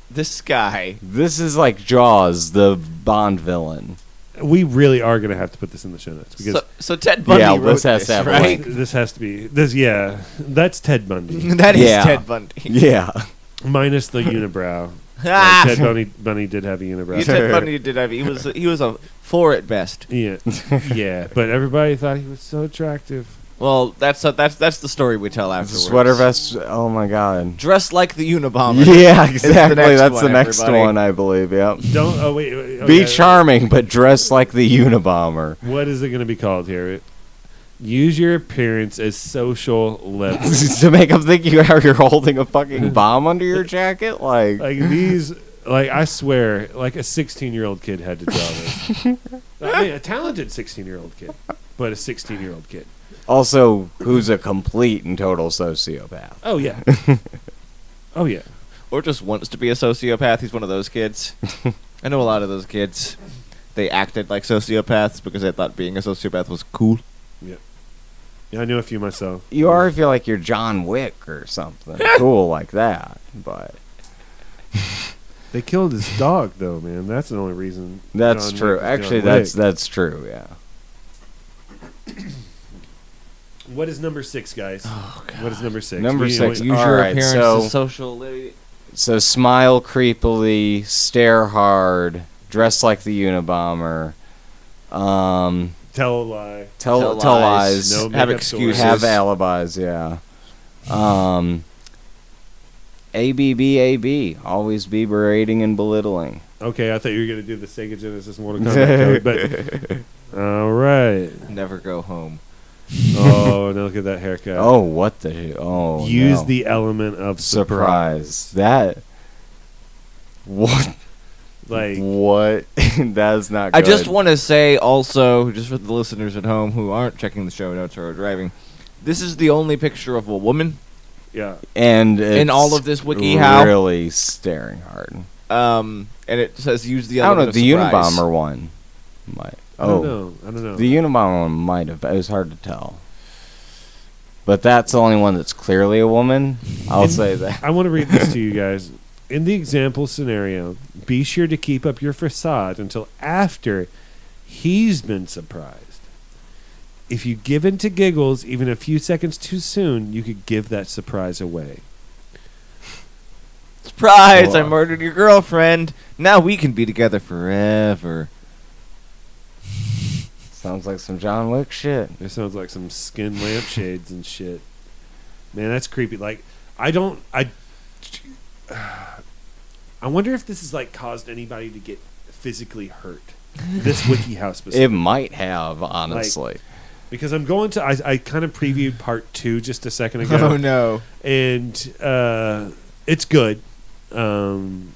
[SPEAKER 3] This guy.
[SPEAKER 1] This is like Jaws, the Bond villain.
[SPEAKER 2] We really are going to have to put this in the show notes because
[SPEAKER 3] So, so Ted Bundy
[SPEAKER 1] Yeah,
[SPEAKER 3] wrote
[SPEAKER 1] this has
[SPEAKER 3] this,
[SPEAKER 1] to have a
[SPEAKER 3] right?
[SPEAKER 1] link.
[SPEAKER 2] this has to be this. Yeah, that's Ted Bundy
[SPEAKER 3] that is
[SPEAKER 1] Yeah.
[SPEAKER 3] Ted Bundy.
[SPEAKER 1] Yeah.
[SPEAKER 2] minus the unibrow.
[SPEAKER 3] Ah!
[SPEAKER 2] Like, Ted Bundy, Bundy did have a unibrow.
[SPEAKER 3] Yeah, Ted Bundy did have. He was he was a four at best.
[SPEAKER 2] yeah, yeah, but everybody thought he was so attractive.
[SPEAKER 3] Well, that's uh, that's that's the story we tell afterwards.
[SPEAKER 1] Sweater vest. Oh my god.
[SPEAKER 3] dressed like the Unabomber.
[SPEAKER 1] Yeah,
[SPEAKER 3] the
[SPEAKER 1] exactly.
[SPEAKER 3] next
[SPEAKER 1] That's
[SPEAKER 3] one,
[SPEAKER 1] the next
[SPEAKER 3] everybody.
[SPEAKER 1] one, I believe. Yep.
[SPEAKER 2] Don't. Oh wait. wait,
[SPEAKER 1] Be
[SPEAKER 2] okay.
[SPEAKER 1] charming, but dress like the Unabomber.
[SPEAKER 2] What is it going to be called here? Use your appearance as social leverage.
[SPEAKER 1] to make them think you are you're holding a fucking bomb under your jacket. Like,
[SPEAKER 2] like these, like I swear, like a 16 year old kid had to draw this. I mean, a talented 16 year old kid, but a 16 year old kid.
[SPEAKER 1] also, who's a complete and total sociopath?
[SPEAKER 2] Oh yeah. Oh yeah.
[SPEAKER 3] or just wants to be a sociopath. He's one of those kids. I know a lot of those kids. They acted like sociopaths because they thought being a sociopath was cool.
[SPEAKER 2] Yeah. Yeah, I knew a few myself.
[SPEAKER 1] You already feel like you're John Wick or something cool like that, but
[SPEAKER 2] They killed his dog though, man. That's the only reason.
[SPEAKER 1] that's
[SPEAKER 2] John
[SPEAKER 1] true.
[SPEAKER 2] Wick is
[SPEAKER 1] Actually,
[SPEAKER 2] John
[SPEAKER 1] that's
[SPEAKER 2] Wick.
[SPEAKER 1] that's true. Yeah.
[SPEAKER 2] What is number six, guys? What is number six?
[SPEAKER 1] Oh, Number
[SPEAKER 2] We-
[SPEAKER 1] six.
[SPEAKER 2] we-
[SPEAKER 1] Use your appearance as
[SPEAKER 3] social. Li-
[SPEAKER 1] So smile creepily, stare hard, dress like the Unabomber, um,
[SPEAKER 2] tell a lie.
[SPEAKER 1] tell
[SPEAKER 3] Tell
[SPEAKER 1] tell, lies,
[SPEAKER 3] lies,
[SPEAKER 2] No
[SPEAKER 3] have
[SPEAKER 2] makeup story.
[SPEAKER 3] excuses.
[SPEAKER 1] have alibis, yeah. Um, ABBAB, always be berating and belittling.
[SPEAKER 2] Okay, I thought you were gonna do the Sega Genesis Mortal Kombat code, but all right.
[SPEAKER 3] Never go home.
[SPEAKER 2] Oh, now look at that haircut.
[SPEAKER 1] Oh, what the oh!
[SPEAKER 2] use
[SPEAKER 1] no.
[SPEAKER 2] the element of surprise.
[SPEAKER 1] surprise. That what
[SPEAKER 2] Like
[SPEAKER 1] what? That's not. Good.
[SPEAKER 3] I just want to say also, just for the listeners at home who aren't checking the show notes or are driving, this is the only picture of a woman.
[SPEAKER 2] yeah,
[SPEAKER 1] and
[SPEAKER 3] in
[SPEAKER 1] it's
[SPEAKER 3] all of this wiki how-
[SPEAKER 1] really staring hard.
[SPEAKER 3] Um, and it says use the.
[SPEAKER 1] I don't
[SPEAKER 3] element
[SPEAKER 1] know.
[SPEAKER 3] of
[SPEAKER 1] The
[SPEAKER 3] surprise.
[SPEAKER 1] Unabomber one might.
[SPEAKER 2] I
[SPEAKER 1] Oh,
[SPEAKER 2] don't know. I don't know.
[SPEAKER 1] the Unabomber one might have. It was hard to tell. But that's the only one that's clearly a woman. I'll
[SPEAKER 2] And-
[SPEAKER 1] say that.
[SPEAKER 2] I want to read this to you guys. In the example scenario, be sure to keep up your facade until after he's been surprised. If you give in to giggles even a few seconds too soon, you could give that surprise away.
[SPEAKER 3] Surprise! I
[SPEAKER 1] Wow.
[SPEAKER 3] murdered your girlfriend. Now we can be together forever.
[SPEAKER 1] Sounds like some John Wick shit.
[SPEAKER 2] It sounds like some skin lampshades and shit. Man, that's creepy. Like, I don't. I. I wonder if this has like caused anybody to get physically hurt. This wiki house
[SPEAKER 1] It
[SPEAKER 2] specifically,
[SPEAKER 1] might have, honestly.
[SPEAKER 2] because I'm going to. I, I kind of previewed part two just a second ago,
[SPEAKER 5] Oh no.
[SPEAKER 2] and uh, it's good. Um,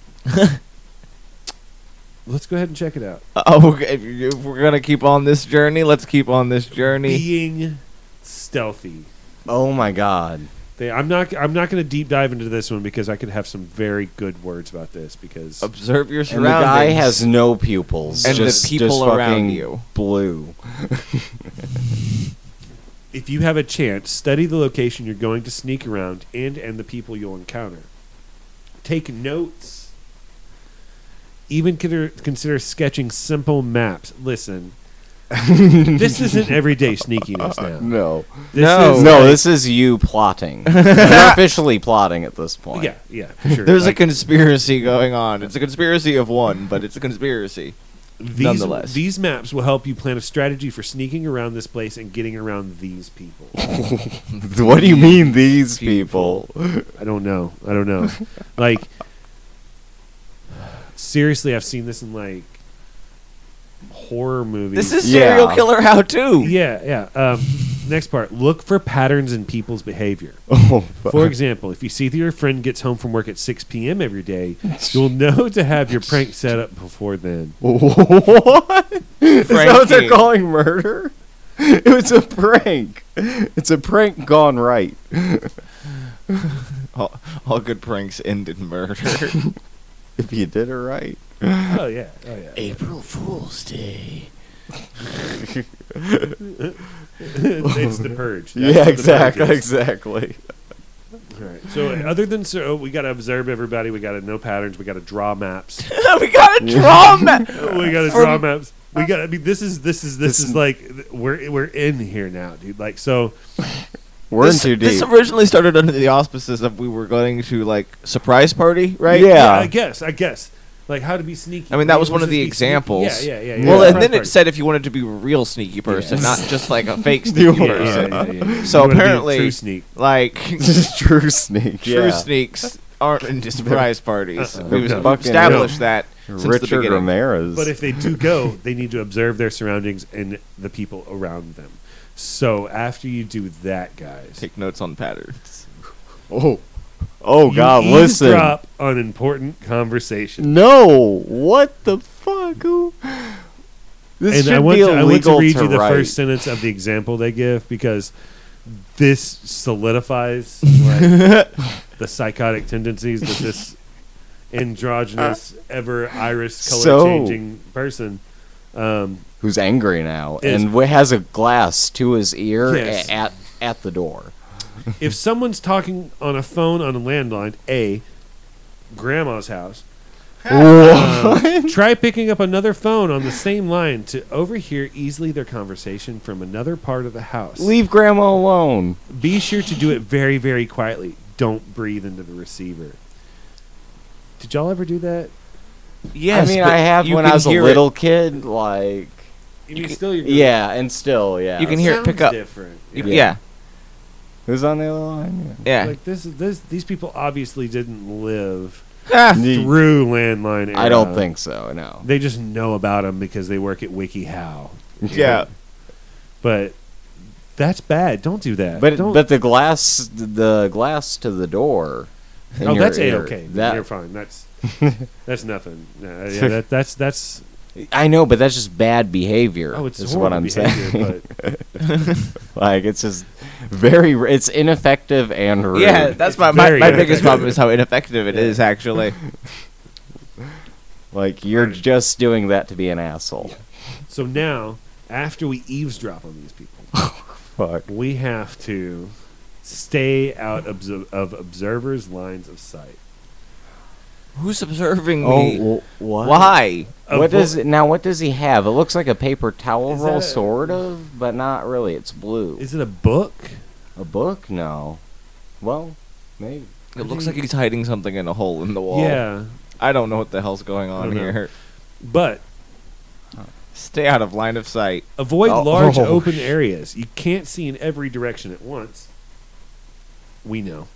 [SPEAKER 2] let's go ahead and check it out.
[SPEAKER 3] Oh, if you- if we're gonna keep on this journey, let's keep on this journey.
[SPEAKER 2] Being stealthy.
[SPEAKER 1] oh my god.
[SPEAKER 2] They, I'm not. I'm not going to deep dive into this one because I could have some very good words about this. Because
[SPEAKER 3] Observe your
[SPEAKER 1] And the guy
[SPEAKER 3] surroundings.
[SPEAKER 1] has no pupils.
[SPEAKER 3] And the
[SPEAKER 1] just,
[SPEAKER 3] people
[SPEAKER 1] just
[SPEAKER 3] around
[SPEAKER 1] fucking
[SPEAKER 3] you.
[SPEAKER 1] Blue.
[SPEAKER 2] if you have a chance, study the location you're going to sneak around and and the people you'll encounter. Take notes. Even consider, consider sketching simple maps. Listen, this isn't everyday sneakiness now.
[SPEAKER 1] No.
[SPEAKER 2] This
[SPEAKER 3] Uh, No.
[SPEAKER 2] is
[SPEAKER 1] no,
[SPEAKER 2] like-
[SPEAKER 1] this is you plotting. You're officially plotting at this point.
[SPEAKER 2] yeah, yeah, for sure.
[SPEAKER 3] There's
[SPEAKER 2] Like,
[SPEAKER 3] a conspiracy going on. It's a conspiracy of one, but it's a conspiracy.
[SPEAKER 2] these,
[SPEAKER 3] nonetheless.
[SPEAKER 2] These maps will help you plan a strategy for sneaking around this place and getting around these people.
[SPEAKER 1] What do you mean, these people?
[SPEAKER 2] I don't know. I don't know. like seriously, I've seen this in like horror movies.
[SPEAKER 3] This is
[SPEAKER 1] Yeah.
[SPEAKER 3] serial killer how to.
[SPEAKER 2] yeah, yeah. Um, next part: look for patterns in people's behavior.
[SPEAKER 1] Oh,
[SPEAKER 2] For example, if you see that your friend gets home from work at 6 p.m. every day, you'll know to have your prank set up before then.
[SPEAKER 1] What? Is that what
[SPEAKER 3] Pranking.
[SPEAKER 1] they're calling murder? It was a prank. It's a prank gone right.
[SPEAKER 3] All, all good pranks end in murder.
[SPEAKER 1] If you did it right.
[SPEAKER 2] Oh yeah, oh yeah.
[SPEAKER 3] April Fool's Day.
[SPEAKER 2] it's the purge. That's what
[SPEAKER 1] yeah,
[SPEAKER 2] the purge
[SPEAKER 1] exactly,
[SPEAKER 2] is.
[SPEAKER 1] exactly.
[SPEAKER 2] All right. So other than so, we got to observe everybody. We got to know patterns. We got to draw maps.
[SPEAKER 3] we got a trauma.
[SPEAKER 2] we gotta
[SPEAKER 3] From-
[SPEAKER 2] draw maps. We got. I mean, this is this is this is like th- we're we're in here now, dude. Like so,
[SPEAKER 1] We're
[SPEAKER 3] this,
[SPEAKER 1] in too
[SPEAKER 3] This
[SPEAKER 1] deep.
[SPEAKER 3] originally started under the auspices of we were going to like surprise party, right?
[SPEAKER 1] Yeah.
[SPEAKER 2] I guess I guess like how to be sneaky.
[SPEAKER 3] I mean, that was
[SPEAKER 2] We'll
[SPEAKER 3] one of
[SPEAKER 2] just
[SPEAKER 3] the
[SPEAKER 2] be sneaky.
[SPEAKER 3] examples.
[SPEAKER 2] Yeah, yeah, yeah.
[SPEAKER 3] Well,
[SPEAKER 2] yeah.
[SPEAKER 3] and then
[SPEAKER 2] Surprise
[SPEAKER 3] it said if you wanted to be a real sneaky person,
[SPEAKER 2] Yeah.
[SPEAKER 3] not just like a fake sneaky
[SPEAKER 2] party.
[SPEAKER 3] person.
[SPEAKER 2] Yeah, yeah, yeah, yeah, yeah.
[SPEAKER 3] So
[SPEAKER 2] You wanna be a
[SPEAKER 3] apparently-
[SPEAKER 2] true sneak.
[SPEAKER 3] Like
[SPEAKER 1] true sneak.
[SPEAKER 3] true
[SPEAKER 1] yeah. Uh-huh.
[SPEAKER 3] sneaks aren't into surprise parties.
[SPEAKER 2] Uh-uh.
[SPEAKER 3] We've
[SPEAKER 2] No.
[SPEAKER 3] established that.
[SPEAKER 4] since the
[SPEAKER 1] Richard
[SPEAKER 4] beginning.
[SPEAKER 1] Ramirez.
[SPEAKER 2] But if they do go, they need to observe their surroundings and the people around them. So after you do that, guys,
[SPEAKER 4] Take notes on patterns.
[SPEAKER 1] oh, oh
[SPEAKER 2] you
[SPEAKER 1] God, listen.
[SPEAKER 2] eavesdrop on important conversations.
[SPEAKER 1] No, what the fuck? Ooh. This
[SPEAKER 2] and
[SPEAKER 1] should
[SPEAKER 2] I want,
[SPEAKER 1] be
[SPEAKER 2] to, I want to
[SPEAKER 1] illegal
[SPEAKER 2] read you the
[SPEAKER 1] write.
[SPEAKER 2] first sentence of the example they give because this solidifies like, the psychotic tendencies that this androgynous, ever iris color
[SPEAKER 1] Uh, So-
[SPEAKER 2] changing person. Um,
[SPEAKER 1] who's angry now
[SPEAKER 2] Is-
[SPEAKER 1] and wh- has a glass to his ear
[SPEAKER 2] Yes.
[SPEAKER 1] a- at at the door.
[SPEAKER 2] if someone's talking on a phone on a landline, a grandma's house, um, try picking up another phone on the same line to overhear easily their conversation from another part of the house.
[SPEAKER 1] Leave grandma alone.
[SPEAKER 2] Be sure to do it very, very quietly. Don't breathe into the receiver. Did y'all ever do that?
[SPEAKER 4] Yes,
[SPEAKER 1] I mean,
[SPEAKER 4] but
[SPEAKER 1] I have
[SPEAKER 4] you
[SPEAKER 1] when
[SPEAKER 4] can
[SPEAKER 1] I was a
[SPEAKER 4] hear it.
[SPEAKER 1] little kid. Like,
[SPEAKER 2] You mean still you're
[SPEAKER 1] yeah, and still, yeah.
[SPEAKER 4] You can hear it pick up.
[SPEAKER 2] Different.
[SPEAKER 4] You-
[SPEAKER 1] Yeah.
[SPEAKER 4] yeah,
[SPEAKER 1] Who's on the other line?
[SPEAKER 4] yeah.
[SPEAKER 2] Like this, is- this, these people obviously didn't live
[SPEAKER 4] Ah,
[SPEAKER 1] Yeah.
[SPEAKER 2] through landline. Era.
[SPEAKER 1] I don't think so. No.
[SPEAKER 2] they just know about them because they work at WikiHow.
[SPEAKER 4] yeah.
[SPEAKER 2] But that's bad. Don't do that.
[SPEAKER 1] But
[SPEAKER 2] don't,
[SPEAKER 1] but the glass the glass to the door. in
[SPEAKER 2] oh,
[SPEAKER 1] your
[SPEAKER 2] that's a
[SPEAKER 1] ear,
[SPEAKER 2] okay. you're
[SPEAKER 1] That
[SPEAKER 2] fine. That's that's nothing. No, yeah, that, that's that's
[SPEAKER 1] I know, but that's just bad behavior.
[SPEAKER 2] oh, it's
[SPEAKER 1] is
[SPEAKER 2] horrible
[SPEAKER 1] what I'm
[SPEAKER 2] behavior,
[SPEAKER 1] saying.
[SPEAKER 2] But
[SPEAKER 1] like it's just very r- it's ineffective and rude.
[SPEAKER 4] Yeah, that's my, my,
[SPEAKER 2] Very
[SPEAKER 4] my biggest
[SPEAKER 2] ineffective.
[SPEAKER 4] problem is how ineffective it is
[SPEAKER 2] Yeah.
[SPEAKER 4] actually.
[SPEAKER 1] Like you're just doing that to be an asshole.
[SPEAKER 2] So now, after we eavesdrop on these people,
[SPEAKER 1] Fuck.
[SPEAKER 2] we have to stay out obs- of observers' lines of sight.
[SPEAKER 4] Who's observing
[SPEAKER 1] Oh,
[SPEAKER 4] me?
[SPEAKER 1] w- what?
[SPEAKER 4] Why?
[SPEAKER 1] What
[SPEAKER 2] Avo-
[SPEAKER 1] does it, now? What does he have? It looks like a paper towel
[SPEAKER 2] Is
[SPEAKER 1] roll,
[SPEAKER 2] that a-
[SPEAKER 1] sort of, but not really. It's blue.
[SPEAKER 2] Is it a book?
[SPEAKER 1] a book? No. Well, maybe.
[SPEAKER 4] It looks like he's hiding something in a hole in the wall.
[SPEAKER 2] Yeah,
[SPEAKER 4] I don't know what the hell's going
[SPEAKER 2] I
[SPEAKER 4] on
[SPEAKER 2] don't know.
[SPEAKER 4] here.
[SPEAKER 2] but
[SPEAKER 4] Stay out of line of sight.
[SPEAKER 2] avoid
[SPEAKER 1] Oh.
[SPEAKER 2] large open areas. You can't see in every direction at once. We know.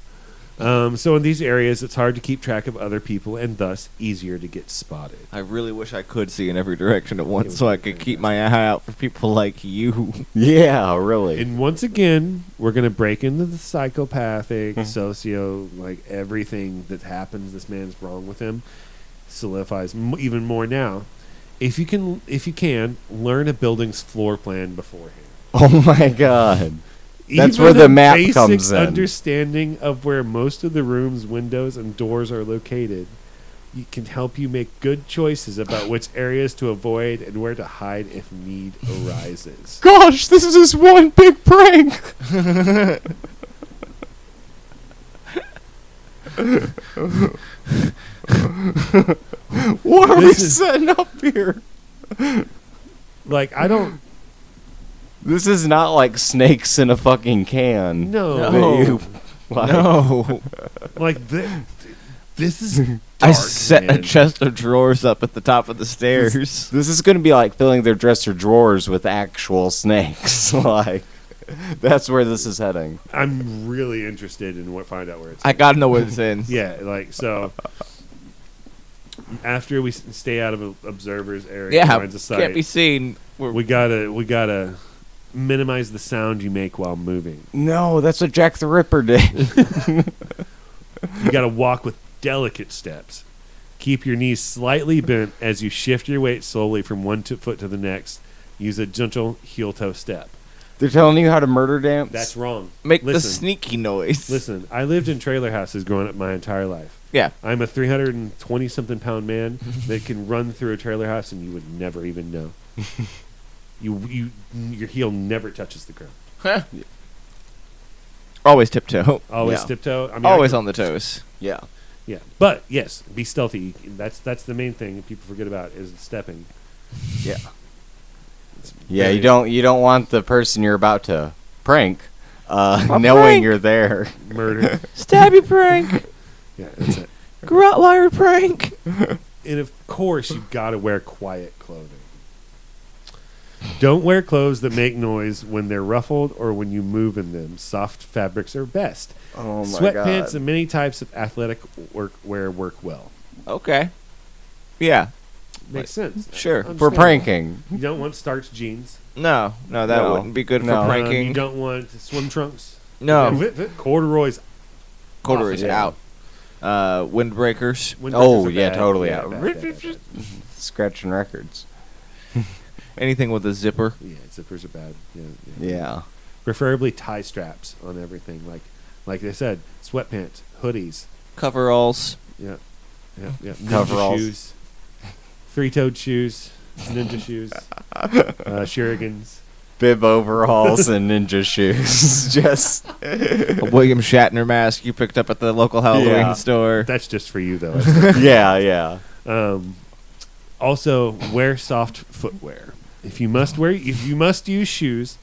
[SPEAKER 2] Um, so in these areas, it's hard to keep track of other people, and thus easier to get spotted.
[SPEAKER 4] I really wish I could see in every direction at
[SPEAKER 2] It
[SPEAKER 4] once
[SPEAKER 2] was
[SPEAKER 4] so I
[SPEAKER 2] very
[SPEAKER 4] could keep my eye out for people like you.
[SPEAKER 1] Yeah, really.
[SPEAKER 2] And once again, we're gonna break into the psychopathic,
[SPEAKER 1] Hmm.
[SPEAKER 2] socio, like everything that happens. This man's wrong with him solidifies m- even more now. If you can, if you can, learn a building's floor plan beforehand.
[SPEAKER 1] oh my god. That's
[SPEAKER 2] Even
[SPEAKER 1] where the
[SPEAKER 2] a
[SPEAKER 1] map
[SPEAKER 2] basic
[SPEAKER 1] comes in.
[SPEAKER 2] Understanding of where most of the rooms, windows, and doors are located you can help you make good choices about which areas to avoid and where to hide if need arises.
[SPEAKER 1] Gosh, this is just one big prank. what are
[SPEAKER 2] This
[SPEAKER 1] we
[SPEAKER 2] is-
[SPEAKER 1] setting up here?
[SPEAKER 2] Like I don't
[SPEAKER 1] This is not like snakes in a fucking can.
[SPEAKER 2] No.
[SPEAKER 1] That
[SPEAKER 4] No.
[SPEAKER 1] you- like-
[SPEAKER 4] No.
[SPEAKER 2] like th- this is dark,
[SPEAKER 4] I set a
[SPEAKER 2] man.
[SPEAKER 4] chest of drawers up at the top of the stairs.
[SPEAKER 1] This is going to be like filling their dresser drawers with actual snakes. like, that's where this is heading.
[SPEAKER 2] I'm really interested in what find out where it's.
[SPEAKER 4] I gotta know what's in.
[SPEAKER 2] yeah, like so. After we s- stay out of a- observers area,
[SPEAKER 4] Yeah,
[SPEAKER 2] lines of
[SPEAKER 4] can't
[SPEAKER 2] sight,
[SPEAKER 4] be seen. We're,
[SPEAKER 2] we gotta we gotta minimize the sound you make while moving.
[SPEAKER 1] No, that's what Jack the Ripper did.
[SPEAKER 2] You gotta walk with delicate steps. Keep your knees slightly bent as you shift your weight slowly from one to foot to the next. Use a gentle heel toe step.
[SPEAKER 1] They're telling you how to murder dance.
[SPEAKER 2] That's wrong.
[SPEAKER 4] make the
[SPEAKER 2] Listen.
[SPEAKER 4] sneaky noise.
[SPEAKER 2] Listen, I lived in trailer houses growing up my entire life.
[SPEAKER 4] Yeah.
[SPEAKER 2] I'm a 320 something pound man that can run through a trailer house and you would never even know. you, you, your heel never touches the ground.
[SPEAKER 4] Always tiptoe.
[SPEAKER 2] Always
[SPEAKER 1] Yeah.
[SPEAKER 2] tiptoe. Oh, I mean,
[SPEAKER 4] Always
[SPEAKER 2] I could-
[SPEAKER 4] on the toes.
[SPEAKER 1] yeah.
[SPEAKER 2] Yeah, but yes, be stealthy. That's that's the main thing that people forget about is stepping.
[SPEAKER 1] Yeah.
[SPEAKER 2] It's
[SPEAKER 1] Yeah,
[SPEAKER 2] very-
[SPEAKER 1] you don't you don't want the person you're about to prank uh,
[SPEAKER 4] A
[SPEAKER 1] knowing
[SPEAKER 4] prank.
[SPEAKER 1] you're there.
[SPEAKER 2] murder.
[SPEAKER 4] Stabby prank.
[SPEAKER 2] yeah, that's it.
[SPEAKER 4] Grotwire prank.
[SPEAKER 2] And of course, you've got to wear quiet clothing. Don't wear clothes that make noise when they're ruffled or when you move in them. Soft fabrics are best.
[SPEAKER 1] Oh
[SPEAKER 2] Sweatpants and many types of athletic work wear work well.
[SPEAKER 4] Okay. Yeah.
[SPEAKER 2] Makes sense.
[SPEAKER 1] Sure.
[SPEAKER 2] Understandable.
[SPEAKER 1] For pranking.
[SPEAKER 2] You don't want starch jeans.
[SPEAKER 3] No, no, that
[SPEAKER 1] No.
[SPEAKER 3] wouldn't be good
[SPEAKER 1] No.
[SPEAKER 3] for
[SPEAKER 1] Um,
[SPEAKER 2] Um, you
[SPEAKER 3] pranking.
[SPEAKER 2] don't want swim trunks.
[SPEAKER 3] no,
[SPEAKER 2] Fit- fit- corduroys.
[SPEAKER 3] corduroys
[SPEAKER 2] Yeah.
[SPEAKER 3] out. Uh, windbreakers.
[SPEAKER 2] Windbreakers
[SPEAKER 1] Oh,
[SPEAKER 2] are
[SPEAKER 1] yeah,
[SPEAKER 2] bad.
[SPEAKER 1] totally
[SPEAKER 2] Yeah,
[SPEAKER 1] out.
[SPEAKER 2] bad, bad, bad, bad.
[SPEAKER 1] Scratching records.
[SPEAKER 3] Anything with a zipper.
[SPEAKER 2] Yeah, zippers are bad. Yeah, yeah.
[SPEAKER 1] Yeah.
[SPEAKER 2] Preferably tie straps on everything. Like, like they said, sweatpants, hoodies.
[SPEAKER 3] Coveralls.
[SPEAKER 2] Yeah, yeah, yeah. Ninja
[SPEAKER 1] Coveralls.
[SPEAKER 2] shoes, three-toed shoes, ninja shoes, uh, shurikens.
[SPEAKER 1] Bib overalls and ninja shoes. Just
[SPEAKER 3] a William Shatner mask you picked up at the local Halloween
[SPEAKER 1] Yeah.
[SPEAKER 3] store.
[SPEAKER 2] That's just for you though.
[SPEAKER 1] yeah, yeah.
[SPEAKER 2] Um, also, wear soft footwear. If you must wear, if you must use shoes,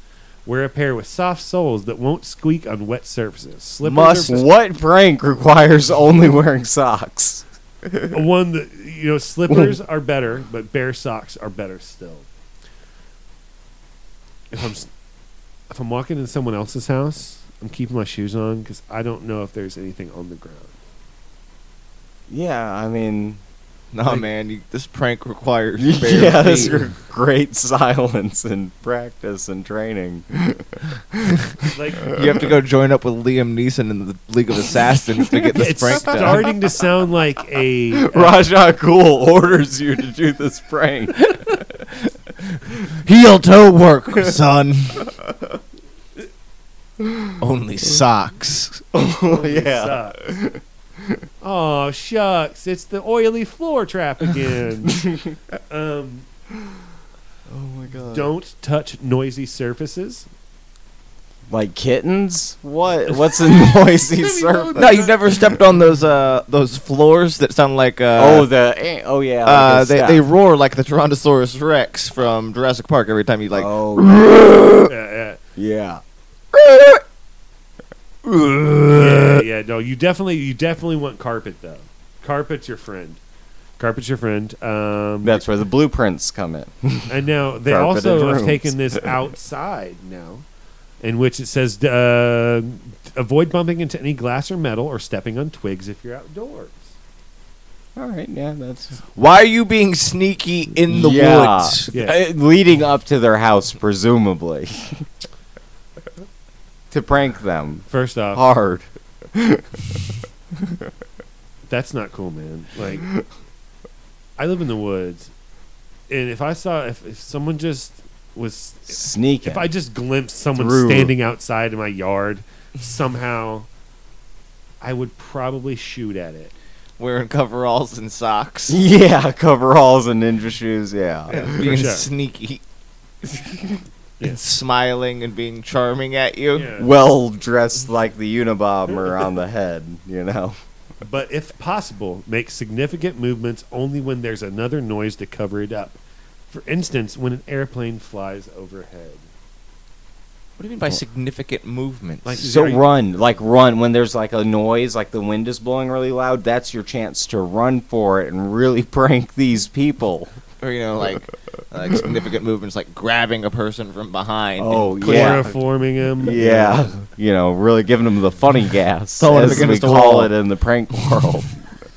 [SPEAKER 2] wear a pair with soft soles that won't squeak on wet surfaces. Slippers
[SPEAKER 1] Must
[SPEAKER 2] are,
[SPEAKER 1] what prank requires only wearing socks?
[SPEAKER 2] one that you know slippers are better, but bare socks are better still. If I'm s- if I'm walking in someone else's house, I'm keeping my shoes on because I don't know if there's anything on the ground.
[SPEAKER 1] Yeah, I mean,
[SPEAKER 3] Nah, Oh, man, you, this prank requires bare
[SPEAKER 1] yeah, this
[SPEAKER 3] feet.
[SPEAKER 1] is great silence and practice and training.
[SPEAKER 2] Like
[SPEAKER 3] You have to go join up with Liam Neeson in the League of Assassins to get this
[SPEAKER 2] it's
[SPEAKER 3] prank done.
[SPEAKER 2] starting to sound like a
[SPEAKER 1] Raja Cool orders you to do this prank.
[SPEAKER 6] Heel toe work, son. Only socks.
[SPEAKER 1] oh, yeah.
[SPEAKER 2] Oh shucks! It's the oily floor trap again. um,
[SPEAKER 1] Oh my god.
[SPEAKER 2] don't touch noisy surfaces.
[SPEAKER 1] like kittens? What? What's a noisy Uh, surface?
[SPEAKER 3] No, you've never stepped on those uh, those floors that sound like uh,
[SPEAKER 1] Oh, the eh, oh yeah.
[SPEAKER 3] uh,
[SPEAKER 1] like a
[SPEAKER 3] they,
[SPEAKER 1] step.
[SPEAKER 3] they roar like the Tyrannosaurus Rex from Jurassic Park every time you like.
[SPEAKER 1] oh
[SPEAKER 2] Uh, yeah,
[SPEAKER 1] yeah.
[SPEAKER 2] yeah, yeah, no, you definitely, you definitely want carpet though. Carpet's your friend. Carpet's your friend. Um,
[SPEAKER 1] That's where the blueprints come in.
[SPEAKER 2] and now they
[SPEAKER 1] carpeted
[SPEAKER 2] also have
[SPEAKER 1] rooms.
[SPEAKER 2] taken this outside now, in which it says uh, avoid bumping into any glass or metal or stepping on twigs if you're outdoors.
[SPEAKER 1] All right, yeah, that's
[SPEAKER 3] Why are you being sneaky in the
[SPEAKER 1] Yeah.
[SPEAKER 3] woods?
[SPEAKER 2] Yeah.
[SPEAKER 1] Uh, leading up to their house, presumably, to prank them
[SPEAKER 2] First off,
[SPEAKER 1] hard.
[SPEAKER 2] that's not cool, man. Like, I live in the woods, and if I saw if, if someone just was
[SPEAKER 1] Sneak
[SPEAKER 2] if I just glimpsed someone
[SPEAKER 1] Through.
[SPEAKER 2] standing outside in my yard somehow, I would probably shoot at it.
[SPEAKER 3] Wearing coveralls and socks.
[SPEAKER 1] yeah, coveralls and ninja shoes. Yeah,
[SPEAKER 2] Yeah. For
[SPEAKER 3] being
[SPEAKER 2] sure.
[SPEAKER 3] sneaky.
[SPEAKER 2] Yeah.
[SPEAKER 3] And smiling and being charming at you.
[SPEAKER 2] Yeah.
[SPEAKER 1] well dressed like the Unabomber on the head. You know.
[SPEAKER 2] But if possible, make significant movements only when there's another noise to cover it up. For instance, when an airplane flies overhead.
[SPEAKER 3] What do you mean by significant movements?
[SPEAKER 2] Like-
[SPEAKER 1] So
[SPEAKER 2] Are you-
[SPEAKER 1] run, like run when there's like a noise, like the wind is blowing really loud. That's your chance to run for it and really prank these people.
[SPEAKER 3] or you know, like like significant movements, like grabbing a person from behind.
[SPEAKER 1] Oh,
[SPEAKER 3] and-
[SPEAKER 1] Yeah.
[SPEAKER 2] Chloroforming him.
[SPEAKER 1] Yeah, you know, really giving them the funny gas,
[SPEAKER 3] Throwing them
[SPEAKER 1] as we
[SPEAKER 3] against the
[SPEAKER 1] call
[SPEAKER 3] wall.
[SPEAKER 1] it in the prank world.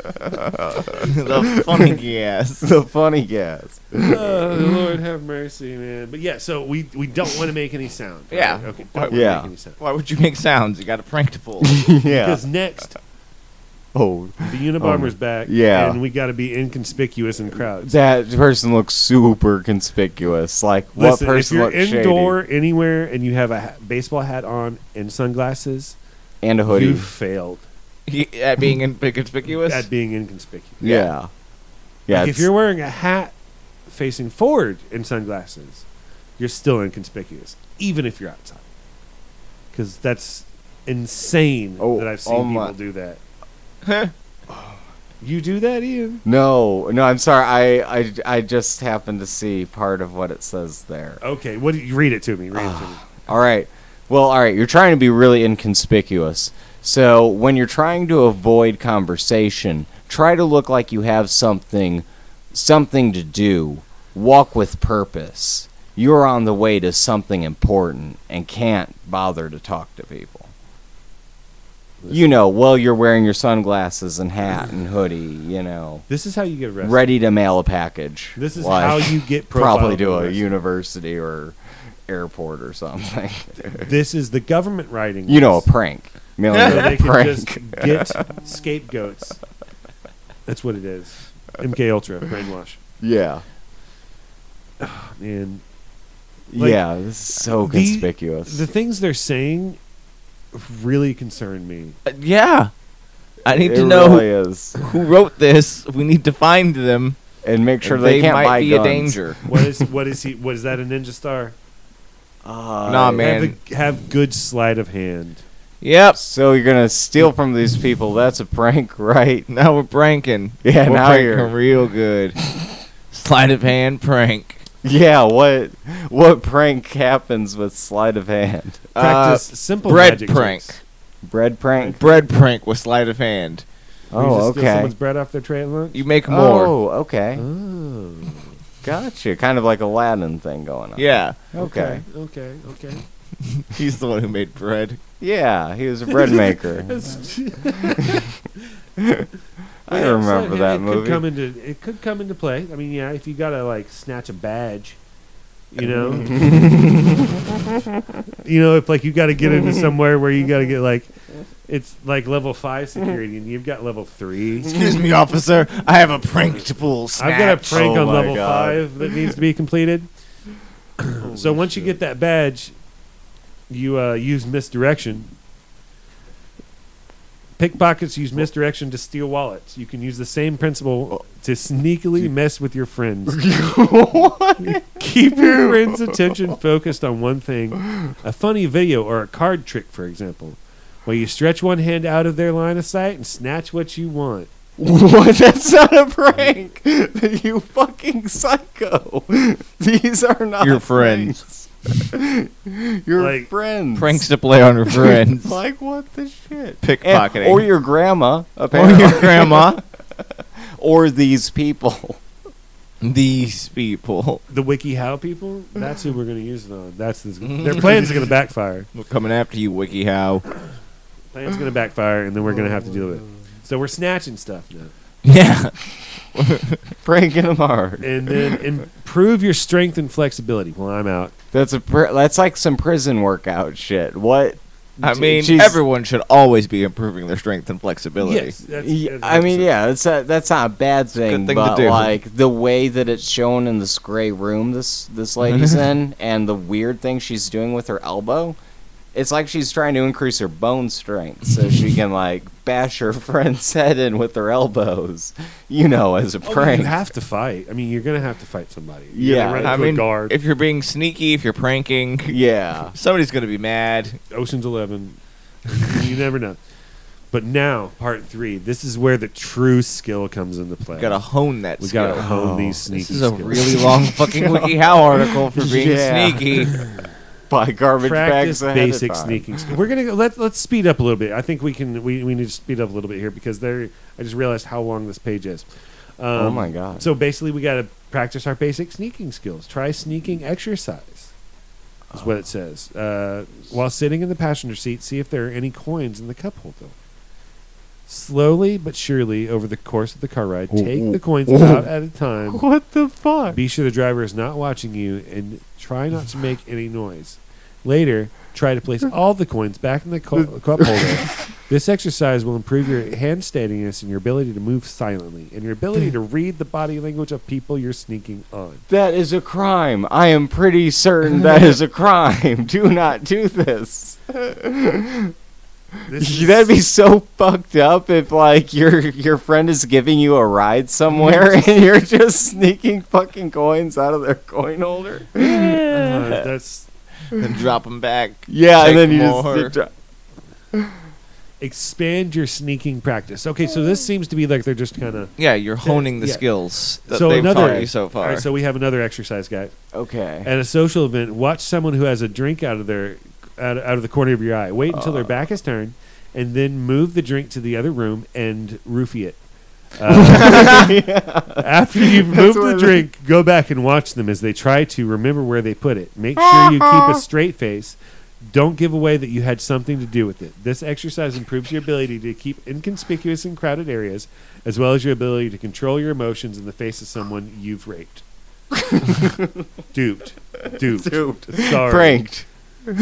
[SPEAKER 3] the funny gas.
[SPEAKER 1] the funny gas.
[SPEAKER 2] oh, Lord have mercy, man. But yeah, so we we don't want to make any sound. right?
[SPEAKER 3] Yeah.
[SPEAKER 2] Okay. Don't want
[SPEAKER 1] Yeah.
[SPEAKER 2] to make any sound.
[SPEAKER 3] Why would you make sounds? You got a prank to pull.
[SPEAKER 1] yeah.
[SPEAKER 2] Because next,
[SPEAKER 1] Oh,
[SPEAKER 2] the Unabomber's back.
[SPEAKER 1] yeah.
[SPEAKER 2] And we got to be inconspicuous in crowds.
[SPEAKER 1] that person looks super conspicuous. Like what
[SPEAKER 2] Listen, if
[SPEAKER 1] person
[SPEAKER 2] you're
[SPEAKER 1] looks
[SPEAKER 2] indoor anywhere and you have a ha- baseball hat on and sunglasses,
[SPEAKER 1] shady and a
[SPEAKER 2] you
[SPEAKER 1] hoodie?
[SPEAKER 2] failed
[SPEAKER 3] Y- at being inconspicuous.
[SPEAKER 2] at being inconspicuous.
[SPEAKER 1] Yeah, yeah.
[SPEAKER 2] Like, if
[SPEAKER 1] it's-
[SPEAKER 2] you're wearing a hat facing forward and sunglasses, you're still inconspicuous, even if you're outside. Because that's insane
[SPEAKER 1] Oh,
[SPEAKER 2] that I've seen
[SPEAKER 1] oh
[SPEAKER 2] people
[SPEAKER 1] my-
[SPEAKER 2] do that. you do that, Ian?
[SPEAKER 1] no, no. I'm sorry. I, I, I just happened to see part of what it says there.
[SPEAKER 2] Okay, what do you read it to me? Read it to me.
[SPEAKER 1] All right. Well, all right. You're trying to be really inconspicuous. So when you're trying to avoid conversation, try to look like you have something, something to do. Walk with purpose. You're on the way to something important and can't bother to talk to people. you know, well, you're wearing your sunglasses and hat and hoodie, you know,
[SPEAKER 2] This is how you get arrested.
[SPEAKER 1] ready to mail a package.
[SPEAKER 2] This is
[SPEAKER 1] Like,
[SPEAKER 2] how you get profiled
[SPEAKER 1] probably to
[SPEAKER 2] and
[SPEAKER 1] a
[SPEAKER 2] arrested.
[SPEAKER 1] university or airport or something.
[SPEAKER 2] This is the government writing.
[SPEAKER 1] you know, a
[SPEAKER 2] this.
[SPEAKER 1] prank. Mailing
[SPEAKER 2] so
[SPEAKER 1] a
[SPEAKER 2] they can
[SPEAKER 1] prank.
[SPEAKER 2] just get scapegoats. That's what it is. MK Ultra brainwash.
[SPEAKER 1] yeah.
[SPEAKER 2] And Like,
[SPEAKER 1] yeah, this is so
[SPEAKER 2] the-
[SPEAKER 1] conspicuous.
[SPEAKER 2] the things they're saying really concern me.
[SPEAKER 3] Uh, yeah. I need
[SPEAKER 1] it
[SPEAKER 3] to know
[SPEAKER 1] really is.
[SPEAKER 3] who wrote this. We need to find them.
[SPEAKER 1] And make sure
[SPEAKER 3] and
[SPEAKER 1] they,
[SPEAKER 3] they
[SPEAKER 1] can't
[SPEAKER 3] might
[SPEAKER 1] buy
[SPEAKER 3] be
[SPEAKER 1] guns.
[SPEAKER 3] a danger.
[SPEAKER 2] What is what is he? What is that? A ninja star?
[SPEAKER 1] Uh,
[SPEAKER 3] Nah, man.
[SPEAKER 2] Have, a, have good sleight of hand.
[SPEAKER 3] Yep.
[SPEAKER 1] So you're gonna steal from these people? That's a prank, right?
[SPEAKER 3] Now we're pranking.
[SPEAKER 1] Yeah,
[SPEAKER 3] we're
[SPEAKER 1] now
[SPEAKER 3] pranking
[SPEAKER 1] you're-
[SPEAKER 3] real good. Sleight of hand prank.
[SPEAKER 1] Yeah. What what prank happens with sleight of hand?
[SPEAKER 2] Practice
[SPEAKER 3] uh,
[SPEAKER 2] simple
[SPEAKER 3] bread
[SPEAKER 2] magic
[SPEAKER 3] prank.
[SPEAKER 2] tricks.
[SPEAKER 1] Bread prank.
[SPEAKER 3] Bread prank with sleight of hand.
[SPEAKER 2] Where you
[SPEAKER 1] Oh,
[SPEAKER 2] just steal
[SPEAKER 1] okay.
[SPEAKER 2] someone's bread off their tray at lunch.
[SPEAKER 3] You make more.
[SPEAKER 1] Oh, okay.
[SPEAKER 2] Oh.
[SPEAKER 1] Gotcha. Kind of like Aladdin thing going on.
[SPEAKER 3] Yeah.
[SPEAKER 1] Okay.
[SPEAKER 2] Okay. Okay.
[SPEAKER 3] He's the one who made bread.
[SPEAKER 1] Yeah, he was a bread maker. I
[SPEAKER 2] Yeah, so
[SPEAKER 1] remember
[SPEAKER 2] it-
[SPEAKER 1] that
[SPEAKER 2] it Could
[SPEAKER 1] movie.
[SPEAKER 2] come into, it could come into play. I mean, yeah, if you gotta like snatch a badge, you know, you know, if like you gotta get into somewhere where you gotta get like, it's like level five security, and you've got level three.
[SPEAKER 3] Excuse me, officer. I have a prank to pull.
[SPEAKER 2] I've got a
[SPEAKER 3] Snatch.
[SPEAKER 2] prank
[SPEAKER 1] Oh
[SPEAKER 2] on
[SPEAKER 1] my
[SPEAKER 2] level
[SPEAKER 1] God.
[SPEAKER 2] five that needs to be completed. so once you get that badge, you uh, use misdirection. Pickpockets use misdirection to steal wallets. You can use the same
[SPEAKER 1] Oh.
[SPEAKER 2] principle to sneakily mess with your friends. Keep your friends' attention focused on one thing a funny video or a card trick, for example, where you stretch one hand out of their line of sight and snatch what you want.
[SPEAKER 1] What? That's not a prank. you fucking psycho. These are not
[SPEAKER 3] Your friends.
[SPEAKER 1] pranks. Your
[SPEAKER 2] Like,
[SPEAKER 1] friends.
[SPEAKER 3] Pranks to play on her friends.
[SPEAKER 1] Like what the shit? And-
[SPEAKER 3] Pickpocketing.
[SPEAKER 1] or your grandma,
[SPEAKER 3] Or
[SPEAKER 1] apparently,
[SPEAKER 3] your grandma.
[SPEAKER 1] or these people.
[SPEAKER 3] These people.
[SPEAKER 2] the WikiHow people, that's who we're going to use it on. That's this, their plan's going to backfire.
[SPEAKER 3] We're coming after you, WikiHow.
[SPEAKER 2] Plan's going to backfire, and then we're going to have to deal with it. So we're snatching stuff now,
[SPEAKER 3] Yeah.
[SPEAKER 1] Pranking them hard.
[SPEAKER 2] and then improve your strength and flexibility. Well, I'm out.
[SPEAKER 1] That's a. Pr- that's like some prison workout shit. What?
[SPEAKER 3] I
[SPEAKER 1] She-
[SPEAKER 3] mean,
[SPEAKER 1] she's-
[SPEAKER 3] everyone should always be improving their strength and flexibility.
[SPEAKER 2] Yes, that's,
[SPEAKER 1] Y-
[SPEAKER 2] that's
[SPEAKER 1] I mean,
[SPEAKER 2] it.
[SPEAKER 1] yeah, that's a, that's not a bad thing,
[SPEAKER 3] good thing to
[SPEAKER 1] but
[SPEAKER 3] do.
[SPEAKER 1] like the way that it's shown in this gray room this this lady's in, and the weird thing she's doing with her elbow, it's like she's trying to increase her bone strength so she can like bash her friend's head in with her elbows, you know, as a
[SPEAKER 2] Oh,
[SPEAKER 1] prank.
[SPEAKER 2] you have to fight. I mean, you're going to have to fight somebody.
[SPEAKER 1] Yeah,
[SPEAKER 2] You're gonna run
[SPEAKER 3] I
[SPEAKER 2] into a
[SPEAKER 3] mean,
[SPEAKER 2] guard.
[SPEAKER 3] if you're being sneaky, if you're pranking,
[SPEAKER 1] yeah,
[SPEAKER 3] somebody's going to be mad.
[SPEAKER 2] Ocean's Eleven. you never know. But now, part three. This is where the true skill comes into play.
[SPEAKER 3] Got to hone that
[SPEAKER 2] we
[SPEAKER 3] skill.
[SPEAKER 2] got to hone
[SPEAKER 1] Oh,
[SPEAKER 2] these sneaky
[SPEAKER 3] this is a
[SPEAKER 2] skills.
[SPEAKER 3] really long fucking WikiHow article for being
[SPEAKER 1] Yeah.
[SPEAKER 3] sneaky.
[SPEAKER 1] buy garbage bags
[SPEAKER 2] practice
[SPEAKER 1] ahead of
[SPEAKER 2] basic
[SPEAKER 1] time.
[SPEAKER 2] sneaking. sk- We're gonna go, let's let's speed up a little bit. I think we can we, we need to speed up a little bit here because there I just realized how long this page is. Um,
[SPEAKER 1] Oh my god!
[SPEAKER 2] So basically, we got to practice our basic sneaking skills. Try sneaking exercise. Is what it says. Uh, while sitting in the passenger seat, see if there are any coins in the cup holder. Slowly but surely, over the course of the car ride, take the coins out at a time.
[SPEAKER 1] what the fuck?
[SPEAKER 2] Be sure the driver is not watching you and try not to make any noise. Later, try to place all the coins back in the cu- cup holder. This exercise will improve your hand steadiness and your ability to move silently and your ability to read the body language of people you're sneaking on.
[SPEAKER 1] That is a crime. I am pretty certain that is a crime. Do not do this.
[SPEAKER 2] This is-
[SPEAKER 1] That'd be so fucked up if like your your friend is giving you a ride somewhere and you're just sneaking fucking coins out of their coin holder.
[SPEAKER 2] uh, that's Mm-hmm.
[SPEAKER 3] and drop them back.
[SPEAKER 1] Yeah,
[SPEAKER 3] Take
[SPEAKER 1] and then you
[SPEAKER 3] more.
[SPEAKER 1] just dri-
[SPEAKER 2] expand your sneaking practice. Okay, so this seems to be like they're just kind of.
[SPEAKER 3] Yeah, you're honing the
[SPEAKER 2] Yeah.
[SPEAKER 3] skills that
[SPEAKER 2] So
[SPEAKER 3] they've
[SPEAKER 2] another-
[SPEAKER 3] taught you so
[SPEAKER 2] All
[SPEAKER 3] far.
[SPEAKER 2] right, so we have another exercise, guys.
[SPEAKER 1] okay.
[SPEAKER 2] at a social event, watch someone who has a drink out of their out, out of the corner of your eye. Wait until their back is turned, and then move the drink to the other room and roofie it. Uh, After you've moved
[SPEAKER 1] what I
[SPEAKER 2] the
[SPEAKER 1] mean.
[SPEAKER 2] drink, go back and watch them as they try to remember where they put it. Make sure you keep a straight face. Don't give away that you had something to do with it. This exercise improves your ability to keep inconspicuous in crowded areas, as well as your ability to control your emotions in the face of someone you've raped. duped. Duped.
[SPEAKER 1] Duped.
[SPEAKER 2] Sorry.
[SPEAKER 1] Pranked.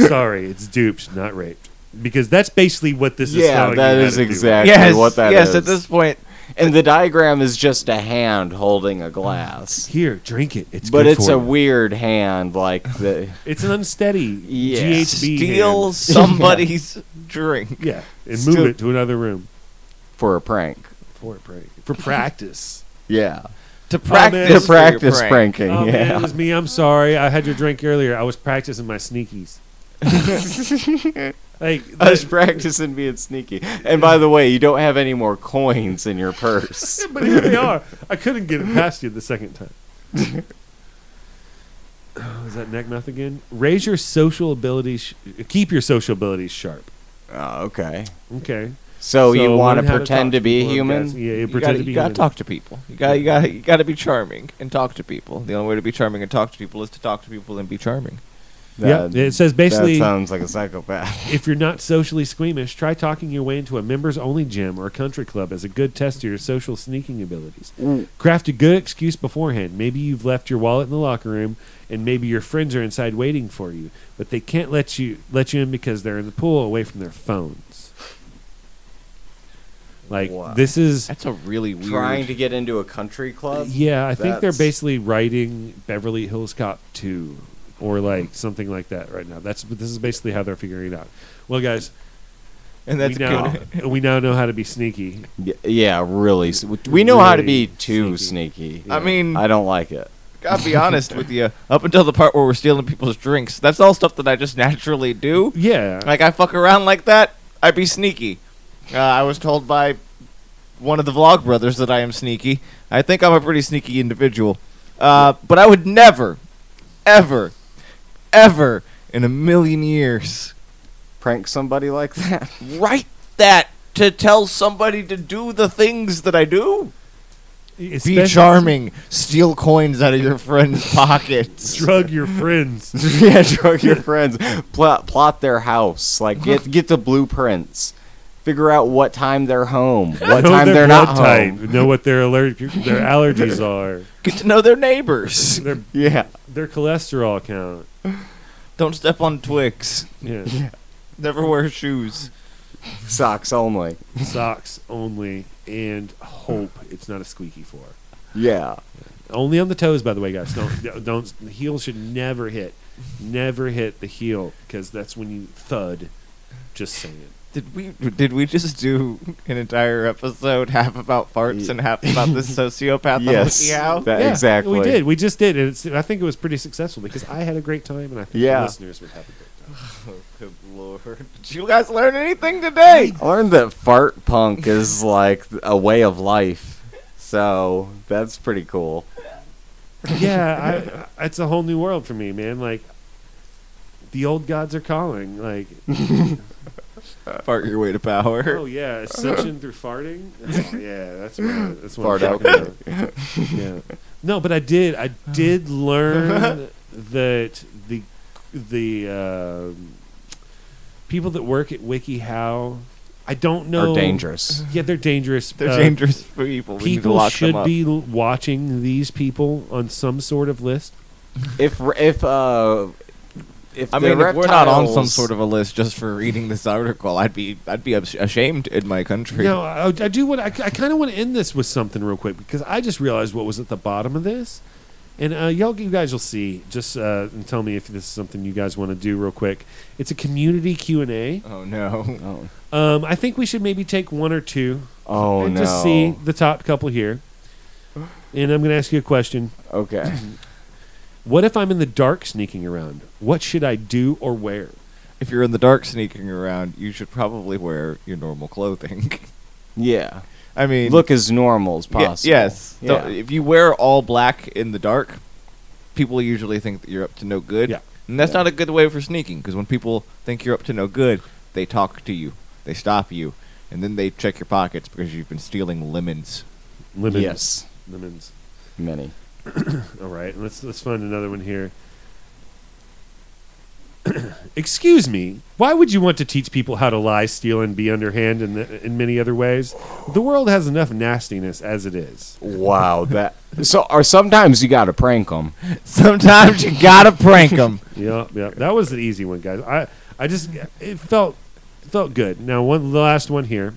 [SPEAKER 2] Sorry, it's duped, not raped. Because that's basically what this is.
[SPEAKER 1] Yeah,
[SPEAKER 2] telling
[SPEAKER 1] that
[SPEAKER 2] you how
[SPEAKER 1] is
[SPEAKER 2] to do it.
[SPEAKER 1] exactly
[SPEAKER 3] Yes,
[SPEAKER 1] what that is.
[SPEAKER 3] yes. At this point,
[SPEAKER 1] and the diagram is just a hand holding a glass,
[SPEAKER 2] Here, drink it. It's
[SPEAKER 1] but
[SPEAKER 2] good
[SPEAKER 1] it's
[SPEAKER 2] for
[SPEAKER 1] a
[SPEAKER 2] you.
[SPEAKER 1] weird hand, like the
[SPEAKER 2] It's an unsteady
[SPEAKER 1] Yeah.
[SPEAKER 2] GHB.
[SPEAKER 3] steal
[SPEAKER 2] hand.
[SPEAKER 3] somebody's drink.
[SPEAKER 2] Yeah, and
[SPEAKER 3] Still-
[SPEAKER 2] move it to another room
[SPEAKER 1] for a prank.
[SPEAKER 2] for prank for practice.
[SPEAKER 1] Yeah,
[SPEAKER 3] To
[SPEAKER 2] man.
[SPEAKER 3] practice,
[SPEAKER 1] to
[SPEAKER 2] This is
[SPEAKER 3] for your
[SPEAKER 1] practice
[SPEAKER 3] prank.
[SPEAKER 1] pranking.
[SPEAKER 2] oh
[SPEAKER 1] yeah,
[SPEAKER 2] man, it was me. I'm sorry. I had your drink earlier. I was practicing my sneakies. like
[SPEAKER 1] I was
[SPEAKER 2] that-
[SPEAKER 1] practicing being sneaky. And by the way, you don't have any more coins in your purse.
[SPEAKER 2] but here they are. I couldn't get it past you the second time. Oh, is that neck mouth again? Raise your social abilities. Sh- keep your social abilities sharp.
[SPEAKER 1] oh, okay.
[SPEAKER 2] Okay.
[SPEAKER 1] So, you want
[SPEAKER 2] learn
[SPEAKER 1] to
[SPEAKER 2] how
[SPEAKER 1] pretend
[SPEAKER 2] talk
[SPEAKER 1] to be
[SPEAKER 2] people,
[SPEAKER 1] human?
[SPEAKER 2] guys. Yeah, you
[SPEAKER 3] You
[SPEAKER 2] pretend
[SPEAKER 3] gotta,
[SPEAKER 2] to be
[SPEAKER 3] you gotta
[SPEAKER 2] human.
[SPEAKER 3] talk to people. You gotta, you gotta, you gotta be charming and talk to people. The only way to be charming and talk to people is to talk to people and be charming.
[SPEAKER 1] That-
[SPEAKER 2] yeah, it says basically.
[SPEAKER 1] that sounds like a psychopath.
[SPEAKER 2] If you're not socially squeamish, try talking your way into a members only gym or country club as a good test of your social sneaking abilities.
[SPEAKER 1] Mm.
[SPEAKER 2] Craft a good excuse beforehand. Maybe you've left your wallet in the locker room and maybe your friends are inside waiting for you, but they can't let you let you in because they're in the pool away from their phones. Like
[SPEAKER 1] Wow.
[SPEAKER 2] this is
[SPEAKER 3] That's a really weird.
[SPEAKER 1] Trying to get into a country club?
[SPEAKER 2] yeah, I think they're
[SPEAKER 1] That's-
[SPEAKER 2] basically writing Beverly Hills Cop 2 or like something like that right now. That's this is basically how they're figuring it out. Well guys,
[SPEAKER 3] and that's
[SPEAKER 2] we now
[SPEAKER 3] good.
[SPEAKER 2] we now know how to be sneaky.
[SPEAKER 1] Y- Yeah, really. s- We know how to be
[SPEAKER 2] Really
[SPEAKER 1] too
[SPEAKER 2] sneaky.
[SPEAKER 1] sneaky.
[SPEAKER 3] I mean,
[SPEAKER 1] I don't like it.
[SPEAKER 3] gotta be honest with you. Up until the part where we're stealing people's drinks, that's all stuff that I just naturally do.
[SPEAKER 2] Yeah,
[SPEAKER 3] Like I fuck around like that. I be sneaky. Uh, I was told by one of the vlog brothers that I am sneaky. I think I'm a pretty sneaky individual. Uh, but I would never, ever, ever in a million years
[SPEAKER 1] Prank somebody like that?
[SPEAKER 3] write that to tell somebody to do the things that I do. Be
[SPEAKER 2] Especially
[SPEAKER 3] charming. Steal coins out of your friend's pockets.
[SPEAKER 2] Drug your friends.
[SPEAKER 1] yeah, drug your friends. Plot, plot their house. Like get get the blueprints. Figure out what time they're home. What
[SPEAKER 2] know
[SPEAKER 1] time
[SPEAKER 2] their
[SPEAKER 1] they're not
[SPEAKER 2] blood type.
[SPEAKER 1] home.
[SPEAKER 2] Know what their allergic their allergies are.
[SPEAKER 3] Get to know their neighbors.
[SPEAKER 2] Their
[SPEAKER 1] Yeah.
[SPEAKER 2] their cholesterol count.
[SPEAKER 3] Don't step on twigs.
[SPEAKER 2] Yeah,
[SPEAKER 3] Never wear shoes.
[SPEAKER 1] Socks only.
[SPEAKER 2] socks only, and hope it's not a squeaky floor.
[SPEAKER 1] Yeah.
[SPEAKER 2] Only on the toes, by the way, guys. Don't don't. The heel should never hit, never hit the heel because that's when you thud. Just saying.
[SPEAKER 3] Did we did we just do an entire episode half about farts and half about this sociopath?
[SPEAKER 1] Yes.
[SPEAKER 3] Yeah.
[SPEAKER 1] That-
[SPEAKER 2] Yeah,
[SPEAKER 1] exactly.
[SPEAKER 2] We did. We just did. And it's, I think it was pretty successful because I had a great time, and I think
[SPEAKER 1] Yeah.
[SPEAKER 2] the listeners would have a great time.
[SPEAKER 3] Good lord. Did you guys learn anything today?
[SPEAKER 1] I learned that fart punk is like a way of life. So that's pretty cool.
[SPEAKER 2] yeah, I, I- it's a whole new world for me, man. Like the old gods are calling. Like,
[SPEAKER 3] Fart your way to
[SPEAKER 2] oh
[SPEAKER 3] power.
[SPEAKER 2] yeah, ascension through farting. Yeah, that's what, I- that's what
[SPEAKER 1] Fart
[SPEAKER 2] I'm
[SPEAKER 1] out
[SPEAKER 2] talking about. Yeah. No, but I did. I did learn that the the um, people that work at WikiHow. I don't know.
[SPEAKER 1] Or dangerous.
[SPEAKER 2] Yeah, they're dangerous.
[SPEAKER 3] They're
[SPEAKER 2] Uh,
[SPEAKER 3] dangerous people. We need to
[SPEAKER 2] people
[SPEAKER 3] lock
[SPEAKER 2] should
[SPEAKER 3] them up.
[SPEAKER 2] be l- watching these people on some sort of list.
[SPEAKER 1] If if uh if
[SPEAKER 3] I mean, if we're not on some sort of a list just for reading this article, I'd be I'd be abs- ashamed in my country.
[SPEAKER 2] No, I, I do want. I, kind of want to end this with something real quick because I just realized what was at the bottom of this, and uh, y'all, you guys will see. Just uh, and tell me if this is something you guys want to do real quick. It's a community Q and A.
[SPEAKER 3] Oh no.
[SPEAKER 1] Oh,
[SPEAKER 2] Um, I think we should maybe take one or two
[SPEAKER 1] oh
[SPEAKER 2] and
[SPEAKER 1] no.
[SPEAKER 2] just see the top couple here. And I'm going to ask you a question.
[SPEAKER 1] Okay.
[SPEAKER 2] What if I'm in the dark sneaking around? What should I do or wear?
[SPEAKER 3] If you're in the dark sneaking around, you should probably wear your normal clothing.
[SPEAKER 1] Yeah.
[SPEAKER 3] I mean,
[SPEAKER 1] Look as normal as
[SPEAKER 3] Ye-
[SPEAKER 1] possible.
[SPEAKER 3] yes.
[SPEAKER 1] Yeah.
[SPEAKER 3] Don't- If you wear all black in the dark, people usually think that you're up to no good.
[SPEAKER 2] Yeah.
[SPEAKER 3] And that's
[SPEAKER 1] Yeah.
[SPEAKER 3] not a good way for sneaking because when people think you're up to no good, they talk to you, they stop you, and then they check your pockets because you've been stealing lemons.
[SPEAKER 2] Lemons.
[SPEAKER 1] Yes.
[SPEAKER 2] Lemons.
[SPEAKER 1] Many.
[SPEAKER 2] All right, let's let's find another one here. Excuse me, why would you want to teach people how to lie, steal, and be underhand in, the, in many other ways? The world has enough nastiness as it is.
[SPEAKER 1] Wow, that so. Or sometimes you got to prank them.
[SPEAKER 3] Sometimes you gotta prank them.
[SPEAKER 2] Yeah, yeah. That was an easy one, guys. I, I just it felt it felt good. Now one the last one here.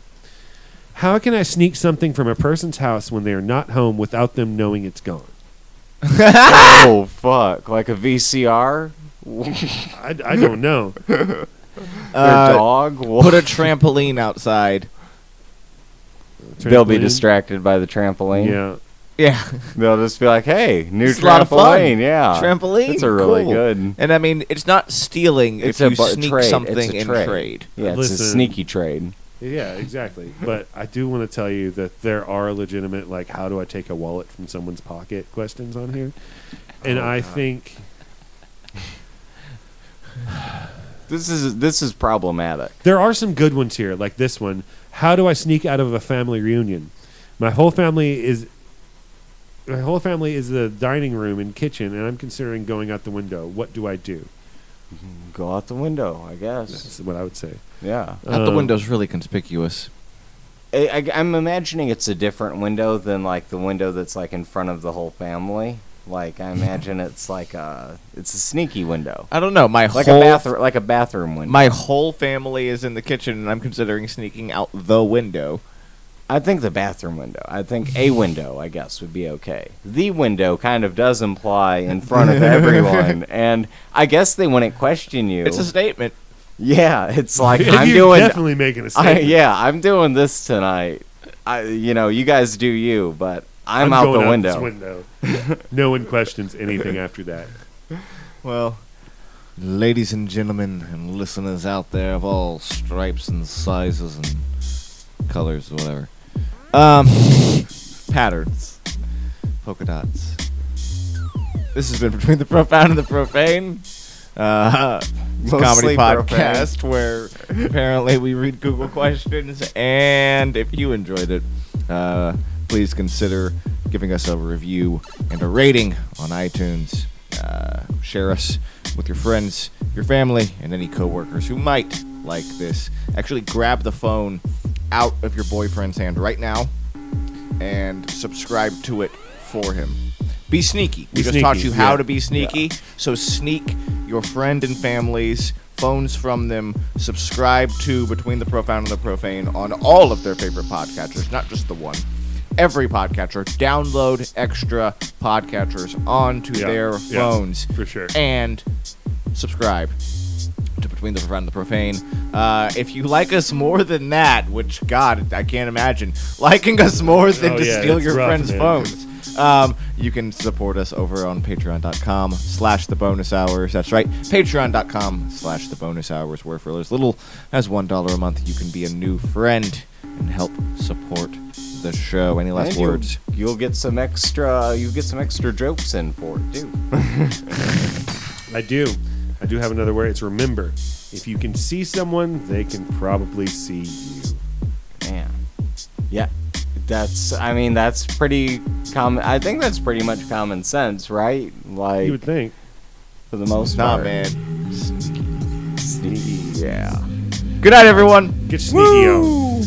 [SPEAKER 2] How can I sneak something from a person's house when they are not home without them knowing it's gone?
[SPEAKER 1] oh fuck! Like a VCR,
[SPEAKER 2] I, I don't know.
[SPEAKER 1] their
[SPEAKER 3] Uh,
[SPEAKER 1] dog. What?
[SPEAKER 3] put a trampoline outside.
[SPEAKER 1] They'll be
[SPEAKER 2] Trampoline?
[SPEAKER 1] distracted by the trampoline.
[SPEAKER 2] Yeah.
[SPEAKER 3] Yeah,
[SPEAKER 1] They'll just be like, "Hey, new
[SPEAKER 3] It's
[SPEAKER 1] trampoline."
[SPEAKER 3] a lot of fun.
[SPEAKER 1] Yeah,
[SPEAKER 3] trampoline.
[SPEAKER 1] It's a really
[SPEAKER 3] cool.
[SPEAKER 1] good.
[SPEAKER 3] And I mean, it's not stealing
[SPEAKER 1] It's
[SPEAKER 3] if
[SPEAKER 1] a
[SPEAKER 3] you
[SPEAKER 1] bu-
[SPEAKER 3] sneak
[SPEAKER 1] trade. It's
[SPEAKER 3] something
[SPEAKER 1] a
[SPEAKER 3] in
[SPEAKER 1] trade.
[SPEAKER 3] trade.
[SPEAKER 1] Yeah, it's a
[SPEAKER 2] Listen.
[SPEAKER 1] sneaky trade.
[SPEAKER 2] Yeah, exactly. But I do want to tell you that there are legitimate, like, how do I take a wallet from someone's pocket questions on here. And
[SPEAKER 1] Oh,
[SPEAKER 2] I think,
[SPEAKER 1] This is this is problematic.
[SPEAKER 2] There are some good ones here, like this one. How do I sneak out of a family reunion? My whole family is my whole family is the dining room and kitchen, and I'm considering going out the window. What do I do?
[SPEAKER 1] Go out the window, I guess.
[SPEAKER 2] That's what I would say.
[SPEAKER 1] Yeah,
[SPEAKER 3] Out the
[SPEAKER 2] Um,
[SPEAKER 3] window's really conspicuous.
[SPEAKER 1] I, I, am imagining it's a different window than like the window that's like in front of the whole family. Like I imagine it's like a it's a sneaky window,
[SPEAKER 3] I don't know. My
[SPEAKER 1] like
[SPEAKER 3] whole
[SPEAKER 1] a bathroom, like a bathroom window.
[SPEAKER 3] my whole family is in the kitchen, and I'm considering sneaking out the window.
[SPEAKER 1] I think the bathroom window. I think a window, I guess, would be okay. The window kind of does imply in front of everyone, and I guess they wouldn't question you.
[SPEAKER 3] It's a statement.
[SPEAKER 1] yeah, it's like
[SPEAKER 2] You're
[SPEAKER 1] I'm doing.
[SPEAKER 2] definitely making a
[SPEAKER 1] I,
[SPEAKER 2] statement.
[SPEAKER 1] yeah, I'm doing this tonight. I, you know, you guys do you, but I'm, out
[SPEAKER 2] going
[SPEAKER 1] the
[SPEAKER 2] this
[SPEAKER 1] window.
[SPEAKER 2] window. no one questions anything after that.
[SPEAKER 3] Well,
[SPEAKER 4] Ladies and gentlemen, and listeners out there of all stripes and sizes and colors, whatever.
[SPEAKER 3] um,
[SPEAKER 4] Patterns. Polka dots.
[SPEAKER 3] this has been between the profound and the profane. Uh, it's a
[SPEAKER 1] Mostly
[SPEAKER 3] comedy podcast where apparently we read Google questions, and if you enjoyed it, uh, please consider giving us a review and a rating on iTunes. Uh, share us with your friends, your family, and any coworkers who might like this. Actually, grab the phone out of your boyfriend's hand right now and subscribe to it for him. Be sneaky. We
[SPEAKER 2] Be
[SPEAKER 3] just
[SPEAKER 2] sneaky,
[SPEAKER 3] taught you how
[SPEAKER 2] yeah.
[SPEAKER 3] to be sneaky. So sneak your friend and family's phones from them. Subscribe to Between the Profound and the Profane on all of their favorite podcatchers, not just the one. Every podcatcher. Download extra podcatchers onto
[SPEAKER 2] Yeah,
[SPEAKER 3] their
[SPEAKER 2] yeah,
[SPEAKER 3] phones.
[SPEAKER 2] for sure.
[SPEAKER 3] And subscribe to Between the Profound and the Profane. Uh, if you like us more than that, which, God, I can't imagine, liking us more than
[SPEAKER 2] Oh,
[SPEAKER 3] to
[SPEAKER 2] yeah,
[SPEAKER 3] steal
[SPEAKER 2] it's
[SPEAKER 3] your
[SPEAKER 2] rough,
[SPEAKER 3] friend's
[SPEAKER 2] man.
[SPEAKER 3] phones. Um, you can support us over on patreon.com slash the bonus hours. That's right, patreon.com slash the bonus hours, where for as little as $1 a month, you can be a new friend and help support the show. Any last
[SPEAKER 1] And you'll-
[SPEAKER 3] words?
[SPEAKER 1] You'll, get some extra. You get some extra jokes in for it too.
[SPEAKER 2] I do. I do have another word. It's remember. If you can see someone, they can probably see you.
[SPEAKER 1] Man, yeah, that's. I mean, that's pretty common. I think that's pretty much common sense, right? Like
[SPEAKER 2] You would think.
[SPEAKER 1] for the most
[SPEAKER 3] Nah,
[SPEAKER 1] part.
[SPEAKER 3] man.
[SPEAKER 1] Yeah.
[SPEAKER 3] Good night, everyone.
[SPEAKER 2] Get sneaky on.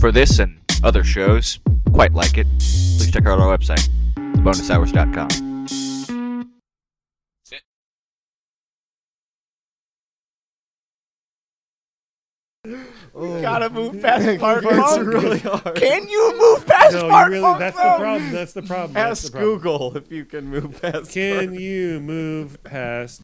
[SPEAKER 7] For this and other shows quite like it, please check out our website, thebonushours.com.
[SPEAKER 3] Gotta move past Bart
[SPEAKER 2] Bart's
[SPEAKER 3] Funk.
[SPEAKER 2] really
[SPEAKER 1] hard.
[SPEAKER 3] Can you move past
[SPEAKER 2] No, you
[SPEAKER 3] Bart
[SPEAKER 2] really,
[SPEAKER 3] Funk,
[SPEAKER 2] that's the
[SPEAKER 3] though?
[SPEAKER 2] problem. That's the problem. That's the
[SPEAKER 1] Ask
[SPEAKER 2] problem.
[SPEAKER 1] Google if you can move past.
[SPEAKER 2] Can you move past